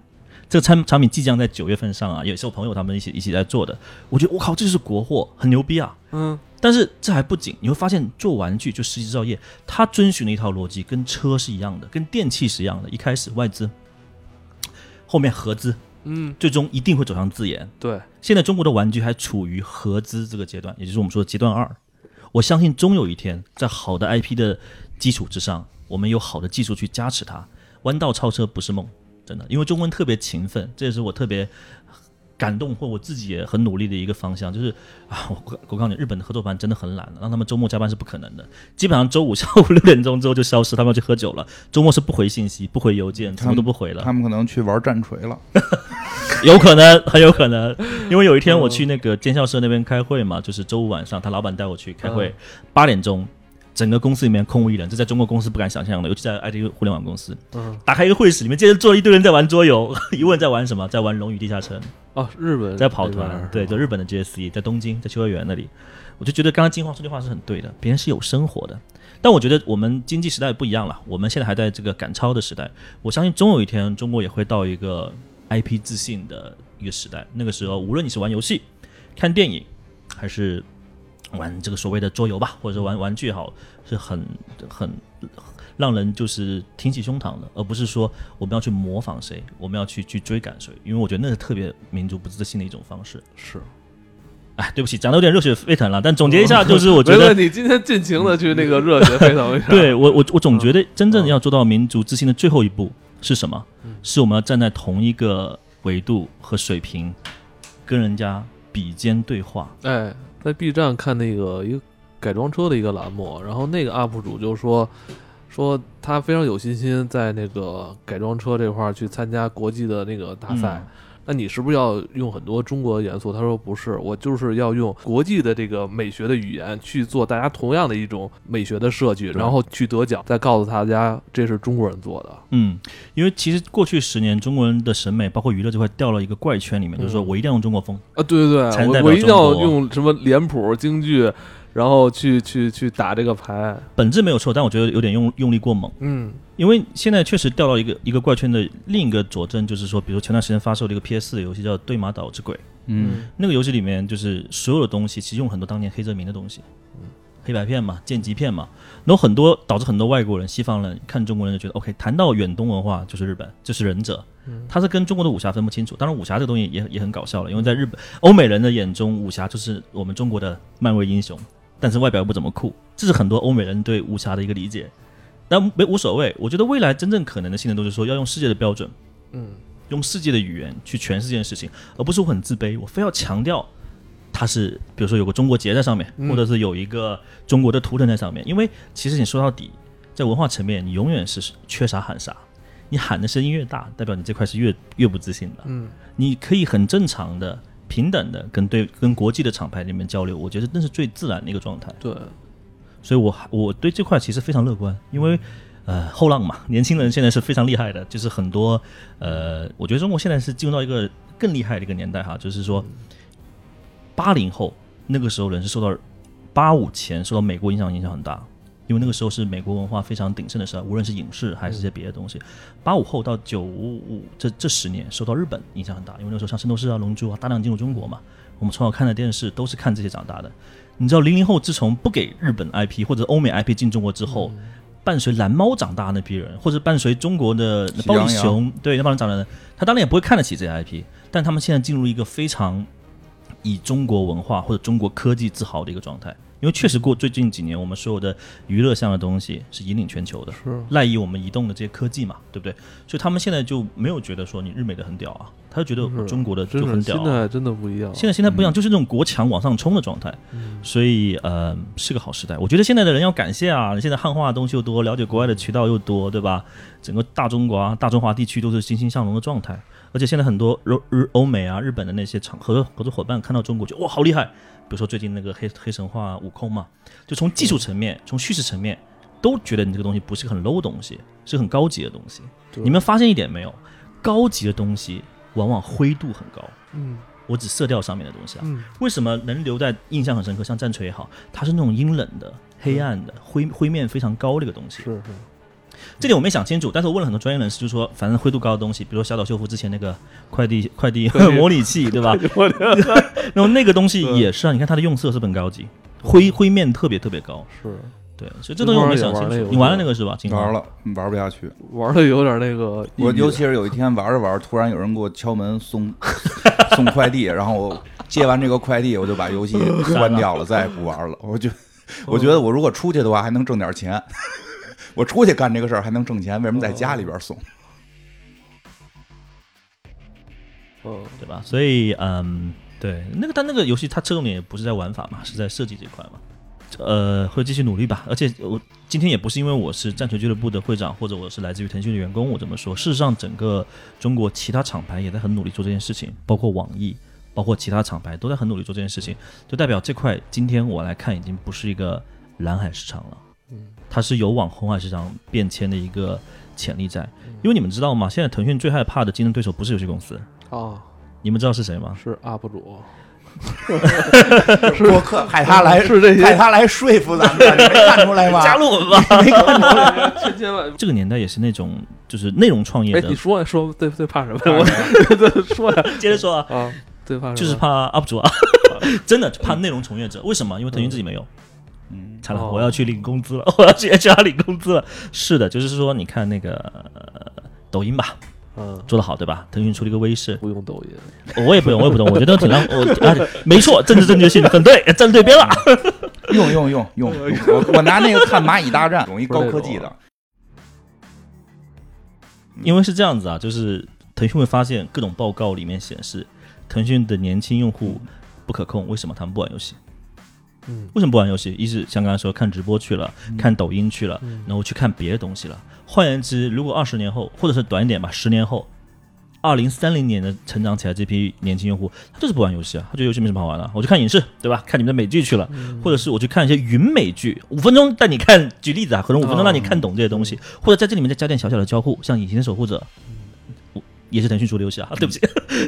这个产产品即将在九月份上啊，也是我朋友他们一起一起在做的。我觉得我靠，这就是国货，很牛逼啊！嗯，但是这还不仅，你会发现做玩具就实际制造业，它遵循的一套逻辑跟车是一样的，跟电器是一样的。一开始外资，后面合资，嗯，最终一定会走向自研。对，现在中国的玩具还处于合资这个阶段，也就是我们说的阶段二。我相信终有一天，在好的 IP 的基础之上，我们有好的技术去加持它。弯道超车不是梦，真的，因为中国人特别勤奋，这也是我特别感动或我自己也很努力的一个方向。就是啊，我我我告诉你，日本的合作班真的很懒的，让他们周末加班是不可能的。基本上周五下 午六点钟之后就消失，他们要去喝酒了。周末是不回信息、不回邮件，什么都不回了。他们可能去玩战锤了， 有可能，很有可能，因为有一天我去那个建校社那边开会嘛，就是周五晚上，他老板带我去开会，八、点钟，整个公司里面空无一人，这在中国公司不敢想象的，尤其在 IT 互联网公司，嗯，打开一个会室，里面竟然坐了一堆人在玩桌游， 一问在玩什么，在玩《龙与地下城》，哦，日本在跑那边团儿，对，是就吧日本的 GSC，在东京，在秋叶原那里，我就觉得刚刚金花说这话是很对的，别人是有生活的。但我觉得我们经济时代不一样了，我们现在还在这个赶超的时代。我相信终有一天，中国也会到一个 IP 自信的一个时代。那个时候，无论你是玩游戏、看电影，还是玩这个所谓的桌游吧，或者是玩玩具也好，是很很让人就是挺起胸膛的，而不是说我们要去模仿谁，我们要去去追赶谁，因为我觉得那是特别民族不自信的一种方式。是。哎，对不起，讲的有点热血沸腾了，但总结一下就是，我觉没得问题，今天尽情的去那个热血沸腾一下。 对我我我总觉嗯得真正要做到民族自信的最后一步是什么？嗯是我们要站在同一个维度和水平，跟人家比肩对话。哎，在 B 站看那个一个改装车的一个栏目，然后那个 UP 主就说说他非常有信心在那个改装车这块儿去参加国际的那个大赛。那你是不是要用很多中国元素？他说不是，我就是要用国际的这个美学的语言去做大家同样的一种美学的设计，然后去得奖，再告诉大家这是中国人做的。嗯，因为其实过去十年中国人的审美，包括娱乐这块，掉了一个怪圈里嗯面，就是说我一定要用中国风，啊，对对才能对，代我我表一定中要国用什么脸谱、京剧，然后去去去打这个牌。本质没有错，但我觉得有点用用力过猛。嗯，因为现在确实掉到一个一个怪圈的另一个佐证，就是说，比如前段时间发售的一个 PS 的游戏叫《对马岛之鬼》，嗯，那个游戏里面就是所有的东西，其实用很多当年黑泽明的东西，黑白片嘛，剑戟片嘛，然后很多导致很多外国人、西方人看中国人就觉得，OK，谈到远东文化就是日本，就是忍者，它是跟中国的武侠分不清楚。当然，武侠这个东西也也很搞笑了，因为在日本欧美人的眼中，武侠就是我们中国的漫威英雄，但是外表又不怎么酷，这是很多欧美人对武侠的一个理解。但没无所谓，我觉得未来真正可能的性能都是说要用世界的标准，嗯，用世界的语言去诠释这件事情，而不是我很自卑，我非要强调它是，比如说有个中国结在上面，或者是有一个中国的图腾在上面。因为其实你说到底，在文化层面，你永远是缺啥喊啥，你喊的声音越大，代表你这块是越越不自信的。嗯，你可以很正常的、平等的跟对跟国际的厂牌里面交流，我觉得那是最自然的一个状态。对，所以我还我对这块其实非常乐观，因为呃后浪嘛，年轻人现在是非常厉害的，就是很多呃，我觉得中国现在是进入到一个更厉害的一个年代哈，就是说八零后那个时候人是受到八五前受到美国影响影响很大。因为那个时候是美国文化非常鼎盛的时候，无论是影视还是一些别的东西。八五后到九五五这这十年受到日本影响很大，因为那时候像《圣斗士》啊、《龙珠》啊大量进入中国嘛，我们从小看的电视都是看这些长大的。你知道零零后自从不给日本 IP 或者欧美 IP 进中国之嗯后，伴随蓝猫长大那批人，或者伴随中国的喜暴羊力羊熊，对那帮人长大的人，他当然也不会看得起这些 IP，但他们现在进入一个非常以中国文化或者中国科技自豪的一个状态，因为确实过最近几年，我们所有的娱乐项的东西是引领全球的，是赖以我们移动的这些科技嘛，对不对？所以他们现在就没有觉得说你日美的很屌啊，他就觉得我是中国的真就的很屌、心啊。态真的不一样。现在心态不一样，就是那种国强往上冲的状态，所以呃是个好时代。我觉得现在的人要感谢啊，现在汉化的东西又多，了解国外的渠道又多，对吧？整个大中国啊、大中华地区都是欣欣向荣的状态，而且现在很多欧日欧美啊、日本的那些厂合作合作伙伴看到中国就哇好厉害，比如说最近那个黑黑神话悟空嘛，就从技术层面、从叙事层面都觉得你这个东西不是很 low 的东西，是很高级的东西。对你们发现一点没有？高级的东西往往灰度很高。嗯我指色调上面的东西啊，嗯，为什么能留在印象很深刻？像战锤也好，它是那种阴冷的、黑暗的、灰灰面非常高的一个东西。是是，这点我没想清楚，但是我问了很多专业人士，就是说，反正灰度高的东西，比如说小岛秀夫之前那个快递快递 模拟器，对吧？然后 那个东西也是啊，你看它的用色是很高级，灰灰面特别特别高。是对，所以这东西我没想清金花也玩那个楚。你玩了那个是吧？金花玩。了嗯玩不下去。玩的有点那个抑郁，我尤其是有一天玩着玩，突然有人给我敲门送 送快递，然后我接完这个快递，我就把游 戏关掉了，再也不玩了。我 就我觉得我如果出去的话还能挣点钱， 我出去干这个事儿还能挣钱，为什么在家里边送？嗯对吧？所以，嗯，对，那个但那个游戏它侧重点也不是在玩法嘛，是在设计这一块嘛。呃，会继续努力吧。而且我今天也不是因为我是战锤俱乐部的会长，或者我是来自于腾讯的员工，我这么说。事实上，整个中国其他厂牌也在很努力做这件事情，包括网易，包括其他厂牌都在很努力做这件事情，就代表这块今天我来看已经不是一个蓝海市场了，嗯，它是有往红海市场变迁的一个潜力在。因为你们知道吗？现在腾讯最害怕的竞争对手不是游戏公司，啊，你们知道是谁吗？是 UP 主， 播客 派他来是这些 派他来说服咱 们，你没看出来吗？加入我们吧。千千万。 这个年代也是那种就是内容创业哎，的你，说呀说最最怕什么呀？我 对说呀接着说啊，啊，最怕就是什么怕 UP 主啊， 真的怕内容从业者。为什么？因为腾讯自己没有。嗯惨了，哦我要去领工资了， 我要去 HR 领工资了。是的，就是说，你看那个、呃抖音吧，嗯，做得好，对吧？腾讯出了一个微视，不用抖音，我也不懂，我也不懂，我觉得挺让我，而且没错，政治正确性很对，站对边了。用用用 用，用我我拿那个看蚂蚁大战，用一高科技的，因为是这样子啊，就是腾讯会发现各种报告里面显示，腾讯的年轻用户不可控，为什么他们不玩游戏？嗯，为什么不玩游戏？一是像刚才说看直播去了，看抖音去了，然后去看别的东西了。换言之，如果二十年后，或者是短一点吧，十年后，二零三零年的成长起来这批年轻用户，他就是不玩游戏啊，他觉得游戏没什么好玩的、我去看影视，对吧？看你们的美剧去了，或者是我去看一些云美剧，五分钟带你看，举例子啊，可能五分钟让你看懂这些东西，或者在这里面再加点小小的交互，像《隐形的守护者》我也是腾讯出的游戏啊，对不起，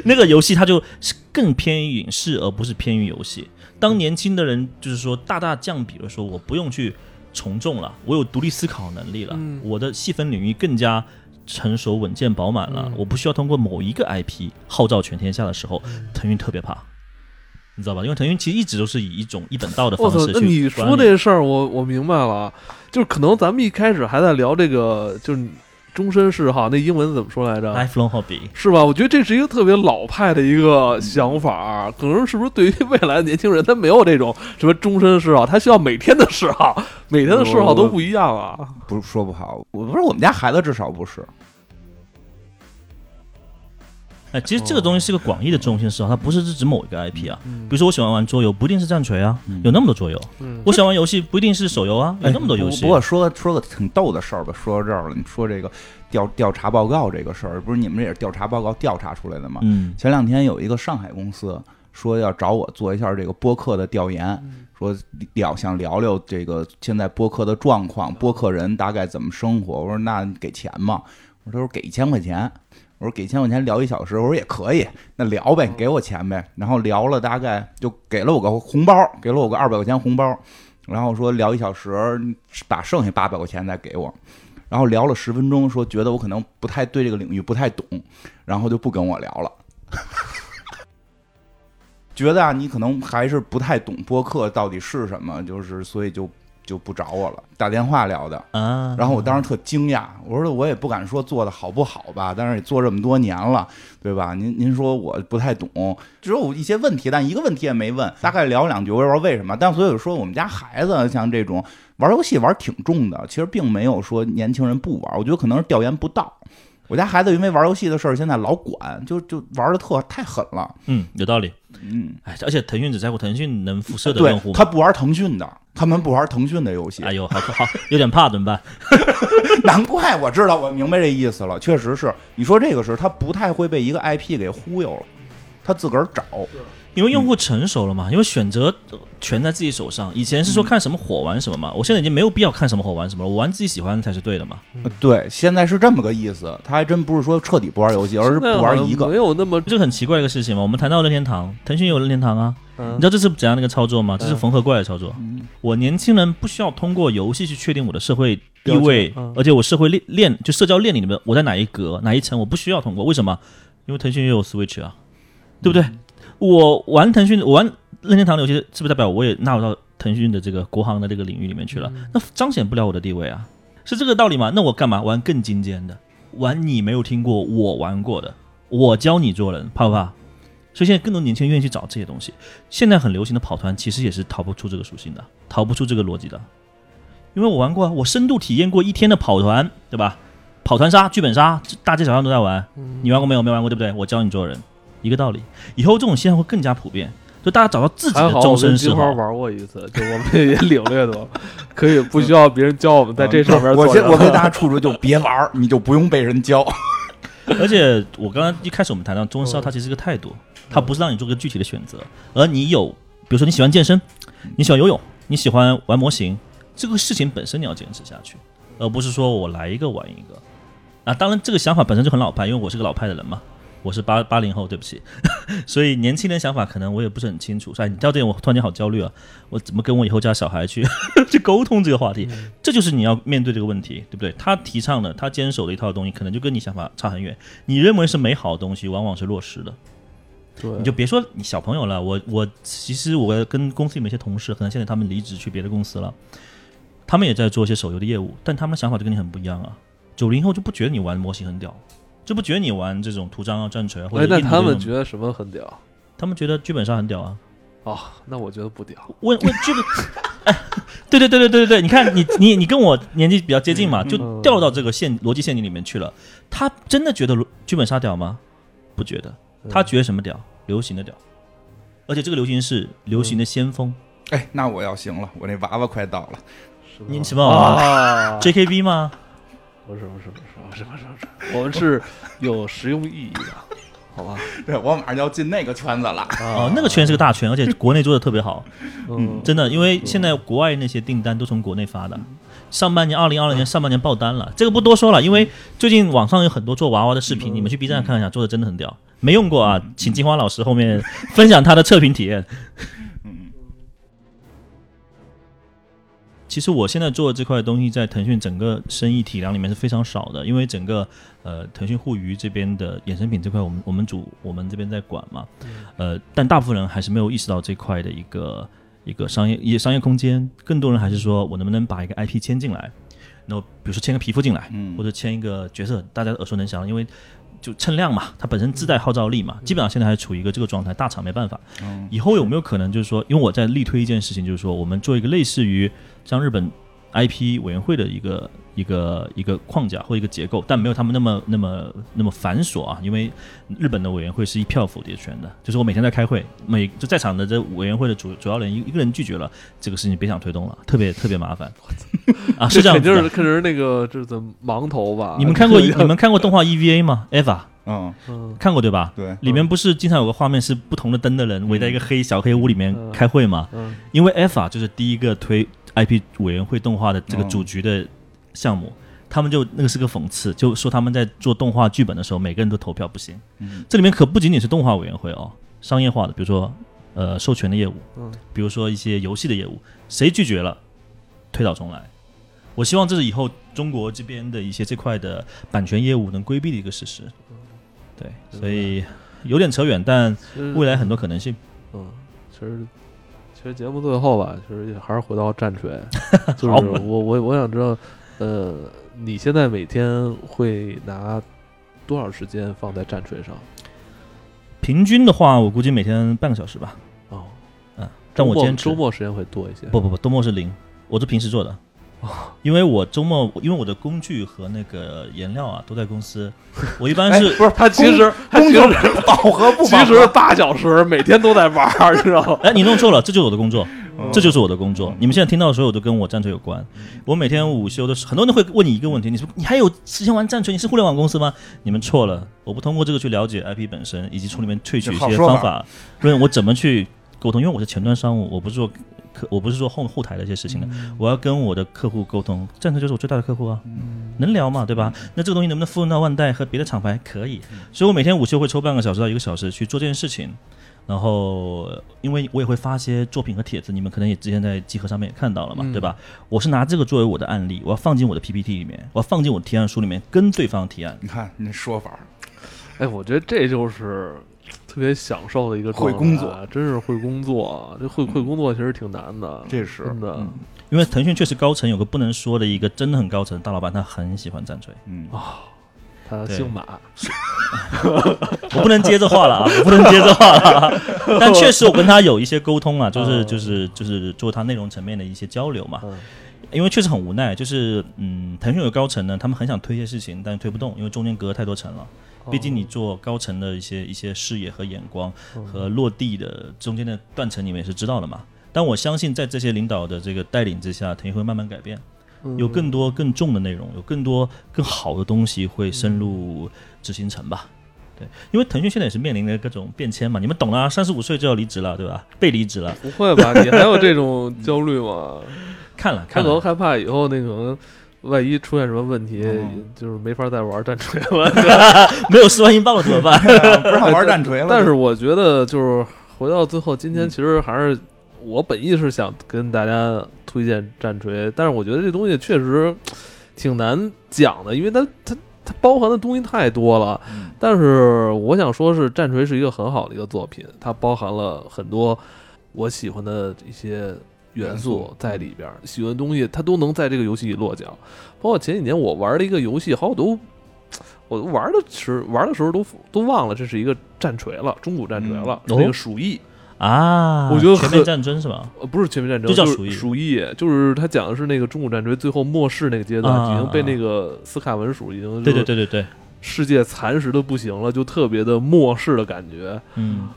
那个游戏它就是更偏于影视，而不是偏于游戏。当年轻的人就是说大大降比了，说我不用去从众了，我有独立思考能力了，嗯我的细分领域更加成熟、稳健、饱满了，嗯我不需要通过某一个 IP 号召全天下的时候，嗯腾讯特别怕。你知道吧？因为腾讯其实一直都是以一种一本道的我方操式去，哦那管理。你说这事儿，我我明白了，啊，就是可能咱们一开始还在聊这个，就是终身嗜好，那英文怎么说来着？ lifelong hobby，是吧？我觉得这是一个特别老派的一个想法，可能是不是对于未来的年轻人，他没有这种什么终身嗜好，他需要每天的嗜好，每天的嗜好都不一样啊。不是说不好，我不是我们家孩子至少不是，哎，其实这个东西是个哦广义的中心嗜好，它不是指某一个 IP 啊。嗯比如说，我喜欢玩桌游，不一定是战锤啊，有那么多桌游。嗯，我喜欢玩游戏，不一定是手游啊，有那么多游哎戏。不不过说说个挺逗的事儿吧，说到这儿了，你说这个调调查报告这个事儿，不是你们也是调查报告调查出来的吗？嗯，前两天有一个上海公司说要找我做一下这个播客的调研，说聊想聊聊这个现在播客的状况，播客人大概怎么生活。我说那你给钱吗？我说给一千块钱。我说给一千块钱聊一小时，我说也可以，那聊呗，给我钱呗。然后聊了大概就给了我个红包，给了我个二百块钱红包，然后说聊一小时，把剩下八百块钱再给我。然后聊了十分钟，说觉得我可能不太对这个领域不太懂，然后就不跟我聊了。觉得啊，你可能还是不太懂播客到底是什么，就是所以就就不找我了，打电话聊的。啊，然后我当时特惊讶，我说我也不敢说做的好不好吧，但是也做这么多年了，对吧？您您说我不太懂，只有一些问题，但一个问题也没问，大概聊两句，我也不知道为什么。但所以说，我们家孩子像这种玩游戏玩挺重的，其实并没有说年轻人不玩，我觉得可能是调研不到。我家孩子因为玩游戏的事儿，现在老管，就就玩的特太狠了，嗯，有道理。嗯，哎，而且腾讯只在乎腾讯能辐射的用对户嘛。他不玩腾讯的，他们不玩腾讯的游戏，哎呦，好好，有点怕怎么办？ 难怪我知道，我明白这意思了，确实是。你说这个是他不太会被一个 IP 给忽悠了，他自个儿找。因为用嗯户成熟了嘛，因为选择权在自己手上。以前是嗯说看什么火玩什么嘛，我现在已经没有必要看什么火玩什么了，我玩自己喜欢的才是对的嘛。嗯呃对，现在是这么个意思，他还真不是说彻底不玩游戏，而是不玩一现在好像没个。有那么这个很奇怪的一个事情嘛。我们谈到任天堂，腾讯也有任天堂啊，嗯你知道这是怎样的一个操作吗？这是缝合怪的操作。我年轻人不需要通过游戏去确定我的社会地位，嗯而且我社会链链就社交链里面我在哪一格哪一层，我不需要通过。为什么？因为腾讯也有 Switch 啊，对不对？我玩腾讯，我玩任天堂的游戏，是不是代表我也纳入到腾讯的这个国行的这个领域里面去了？那彰显不了我的地位啊，是这个道理吗？那我干嘛玩更精尖的，玩你没有听过我玩过的，我教你做人，怕不怕？所以现在更多年轻人愿意去找这些东西。现在很流行的跑团，其实也是逃不出这个属性的，逃不出这个逻辑的。因为我玩过啊，我深度体验过一天的跑团，对吧？跑团杀、剧本杀，这大街小巷都在玩。嗯你玩过没有？没玩过，对不对？我教你做人，一个道理。以后这种现象会更加普遍，就大家找到自己还的好终我跟身嗜金好花。玩过一次，就我们也领略到，可以不需要别人教我们在这上面我做先人。我跟 大家处处就别玩儿，你就不用被人教。而且我刚刚一开始我们谈到中烧，它其实是个态度，它不是让你做个具体的选择，而你有，比如说你喜欢健身，你喜欢游泳，你喜欢玩模型，这个事情本身你要坚持下去，而不是说我来一个玩一个。啊，当然这个想法本身就很老派，因为我是个老派的人嘛，我是八八零后，对不起， 所以年轻人想法可能我也不是很清楚。哎，你到这点我突然间好焦虑啊，我怎么跟我以后家小孩去 去沟通这个话题？这就是你要面对这个问题，对不对？他提倡的，他坚守的一套东西，可能就跟你想法差很远。你认为是美好的东西，往往是落实的。对，你就别说你小朋友了，我我其实我跟公司里面一些同事，可能现在他们离职去别的公司了，他们也在做一些手游的业务，但他们的想法就跟你很不一样啊。九零后就不觉得你玩模型很屌，就不觉得你玩这种图章啊、战锤啊，或者哎，那印度他这们种觉得什么很屌？他们觉得剧本杀很屌啊。哦，那我觉得不屌。问问这个，哎对对对对对对对，你看你你你跟我年纪比较接近嘛，就掉到这个陷逻辑陷阱里面去了。他真的觉得剧本杀屌吗？不觉得，他觉得什么屌？流行的屌，而且这个流行是流行的先锋。哎，那我要行了，我那娃娃快到了。是吗您什么娃娃啊？ JKB 吗？不是不是不是不是不是不是，我们是有实用意义的，好吧？对我马上要进那个圈子了。啊哦，那个圈是个大圈，而且国内做的特别好，嗯，真的，因为现在国外那些订单都从国内发的。上半年，二零二零年上半年爆单了，这个不多说了，因为最近网上有很多做娃娃的视频，你们去 B 站看一下，做的真的很屌。没用过啊，请金花老师后面 分享他的测评体验。其实我现在做的这块东西，在腾讯整个生意体量里面是非常少的，因为整个呃腾讯互娱这边的衍生品这块，我们我们主我们这边在管嘛，呃，但大部分人还是没有意识到这块的一个一个商业一商业空间，更多人还是说我能不能把一个 IP 签进来，然后比如说签个皮肤进来，嗯或者签一个角色，大家耳熟能详，因为就称量嘛，它本身自带号召力嘛，基本上现在还处于一个这个状态，大厂没办法。嗯以后有没有可能就是说，因为我在力推一件事情，就是说我们做一个类似于像日本 IP 委员会的一个一个一个框架或一个结构，但没有他们那么那么那么繁琐啊，因为日本的委员会是一票否决权的，就是我每天在开会，每就在场的这委员会的主主要人一一个人拒绝了这个事情，别想推动了，特别特别麻烦啊，是这样肯子定是的。肯定是那个这怎么盲头吧？你 们看过你们看过动画 EVA 吗？EVA 嗯，嗯看过对吧？对，里面不是经常有个画面是不同的灯的人围在一个黑小黑屋里面嗯开会吗？嗯因为 F 啊就是第一个推 IP 委员会动画的这个嗯主局的项目，他们就那个是个讽刺，就说他们在做动画剧本的时候，每个人都投票不行。嗯这里面可不仅仅是动画委员会哦，商业化的，比如说呃授权的业务，嗯比如说一些游戏的业务，谁拒绝了，推倒重来。我希望这是以后中国这边的一些这块的版权业务能规避的一个事实。对，所以有点扯远，但嗯，未来很多可能性。嗯，其实其其实节目最后吧，其实也还是回到战 锤，就是好我我我想知道，呃，你现在每天会拿多少时间放在战锤上？平均的话，我估计每天半个小时吧，哦，嗯，但我周末坚持周末时间会多一些。不不不，周末是零，我是平时做的，哦因为我周末因为我的工具和那个颜料啊都在公司， 我一般哎，是、不是，他其实他工其作实饱和不其饱实和？八小时每天都在玩儿，你知道吗？哎，你弄错了，这就是我的工作，哦这就是我的工作。你们现在听到的所有都跟我战锤有关。我每天午休的时候，很多人会问你一个问题：你说你还有时间玩战锤？你是互联网公司吗？你们错了，我不通过这个去了解 IP 本身，以及从里面萃取一好些说方法法，论我怎么去沟通。因为我是前端商务，我不是做客，我不是做后后台的一些事情的，我要跟我的客户沟通。战锤就是我最大的客户啊，能聊嘛，对吧？那这个东西能不能复用到万代和别的厂牌？可以，所以我每天午休会抽半个小时到一个小时去做这件事情。然后，呃因为我也会发一些作品和帖子，你们可能也之前在集合上面也看到了嘛，嗯对吧？我是拿这个作为我的案例，我要放进我的 PPT 里面，我要放进我的提案书里面，跟对方提案。你看你那说法，哎，我觉得这就是特别享受的一个状态会工作，嗯真是会工作。这会会工作其实挺难的，这是真的。嗯因为腾讯确实高层有个不能说的一个真的很高层大老板，他很喜欢战锤。嗯，他姓马，我不能接这话了啊，我不能接这话了、啊。但确实我跟他有一些沟通啊，就是就是就是做他内容层面的一些交流嘛。嗯因为确实很无奈，就是嗯，腾讯有高层呢，他们很想推一些事情，但是推不动，因为中间隔太多层了。毕竟你做高层的一些一些视野和眼光和落地的中间的断层，你们也是知道的嘛。但我相信，在这些领导的这个带领之下，腾讯会慢慢改变，有嗯更多更重的内容，有更多更好的东西会嗯深入执行层吧。对，因为腾讯现在也是面临着各种变迁嘛，你们懂啊，三十五岁就要离职了，对吧？被离职了，不会吧？你还有这种焦虑吗？看了他看可能了，害怕以后那可能万一出现什么问题，嗯就是没法再玩战锤了。没有四万英镑了怎么办？ 不让玩战锤了。嗯但是我觉得，就是回到最后，今天其实还是我本意是想跟大家推荐战锤，但是我觉得这东西确实挺难讲的，因为它它它包含的东西太多了。嗯但是我想说是，战锤是一个很好的一个作品，它包含了很多我喜欢的一些。元元素素嗯在里边儿，喜欢的东西它都能在这个游戏里落脚。包括前几年我玩了一个游戏，好像我都我玩的时玩的时候都都忘了这是一个战锤了，中古战锤了，那嗯哦个鼠疫，啊，我觉得全很面战争是吧？呃，不是全面战争，就叫是鼠疫鼠疫，就是他讲的是那个中古战锤最后末世那个阶啊段，啊已经被啊那个斯卡文鼠已经对对，对对对，世界蚕食的不行了，就特别的末世的感觉。嗯，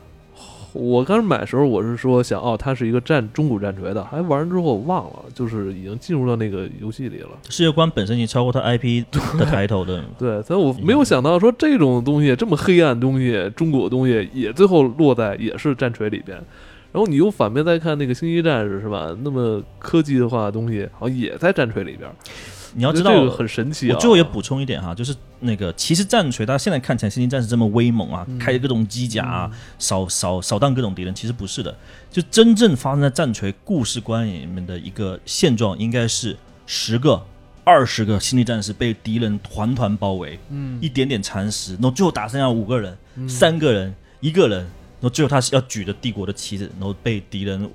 我刚买的时候，我是说想哦，它是一个战中古战锤的，还玩完之后我忘了，就是已经进入到那个游戏里了。世界观本身已经超过它 IP 的抬头的，对，所以我没有想到说这种东西这么黑暗的东西，中国的东西也最后落在也是战锤里边。然后你又反面再看那个星际战士是吧？那么科技的话的东西好像也在战锤里边。你你要知道这个很神奇啊！我最后也补充一点哈，就是那个其实战锤，它现在看起来星际战士这么威猛啊，开着各种机甲啊，扫扫扫荡各种敌人，其实不是的。就真正发生在战锤故事观里面的一个现状，应该是十个、二十个星际战士被敌人团团包围，嗯，一点点蚕食，然后最后打剩下五个人、三个人、一个人，然后最后他是要举着帝国的旗子，然后被敌人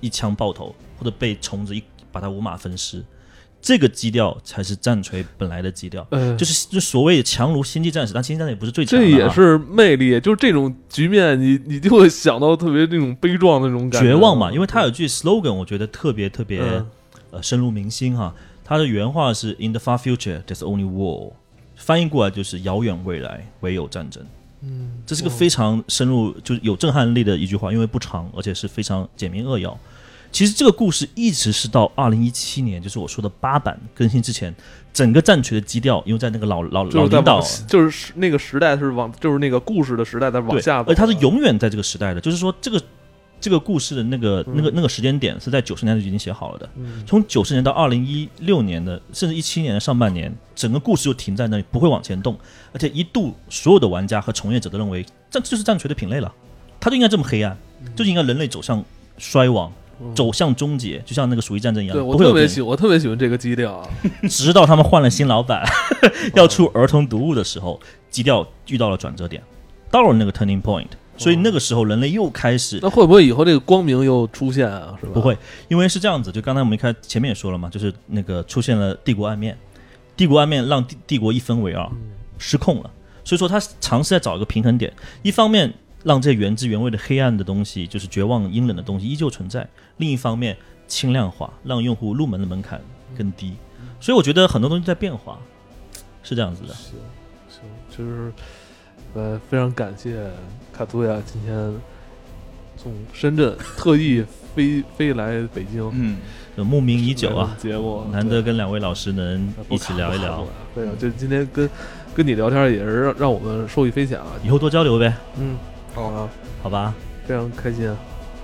一枪爆头，或者被虫子一把他五马分尸。这个基调才是战锤本来的基调，呃，就是就所谓强如星际战士，但星际战士也不是最强的、这啊，也是魅力，就是这种局面，你你就会想到特别那种悲壮的那种感觉，绝望嘛。因为他有句 slogan，我觉得特别特别、嗯呃深入民心哈。他的原话是 “In the far future, there's only war”，翻译过来就是“遥远未来唯有战争”。嗯，这是个非常深入，就是有震撼力的一句话，因为不长，而且是非常简明扼要。其实这个故事一直是到二零一七年，就是我说的八版更新之前，整个战锤的基调，因为在那个老老就老是在领导啊往，就是那个时代是往，就是那个故事的时代在往对，下走，啊而它是永远在这个时代的，就是说这个这个故事的那个嗯那个那个时间点是在九十年代就已经写好了的。从九十年到二零一六年的，甚至一七年的上半年，整个故事就停在那里，不会往前动，而且一度所有的玩家和从业者都认为，这这就是战锤的品类了，它就应该这么黑暗，嗯就应该人类走向衰亡。走向终结，就像那个鼠疫战争一样，对我啊不会有特别变喜，我特别喜欢这个基调啊，直到他们换了新老板， 要出儿童读物的时候，基调遇到了转折点，到了那个 turning point，所以那个时候人类又开始那会不会以后这个光明又出现啊？是吧？不，会，因为是这样子，就刚才我们一开前面也说了嘛，就是那个出现了帝国暗面，帝国暗面让帝帝国一分为二，嗯失控了。所以说他尝试在找一个平衡点，一方面让这原汁原味的黑暗的东西，就是绝望阴冷的东西依旧存在；另一方面轻量化，让用户入门的门槛更低。嗯所以我觉得很多东西在变化，是这样子的。行行，就是呃，非常感谢卡图亚今天从深圳特意飞飞来北京，嗯，就慕名已久啊，节目难得跟两位老师能一起聊一聊，。对啊，就今天跟跟你聊天也是让让我们受益匪浅啊。以后多交流呗，嗯，好好了，好吧？非常开心啊。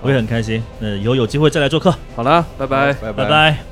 我也很开心，那以后有机会再来做客，好了，拜拜。拜哎拜拜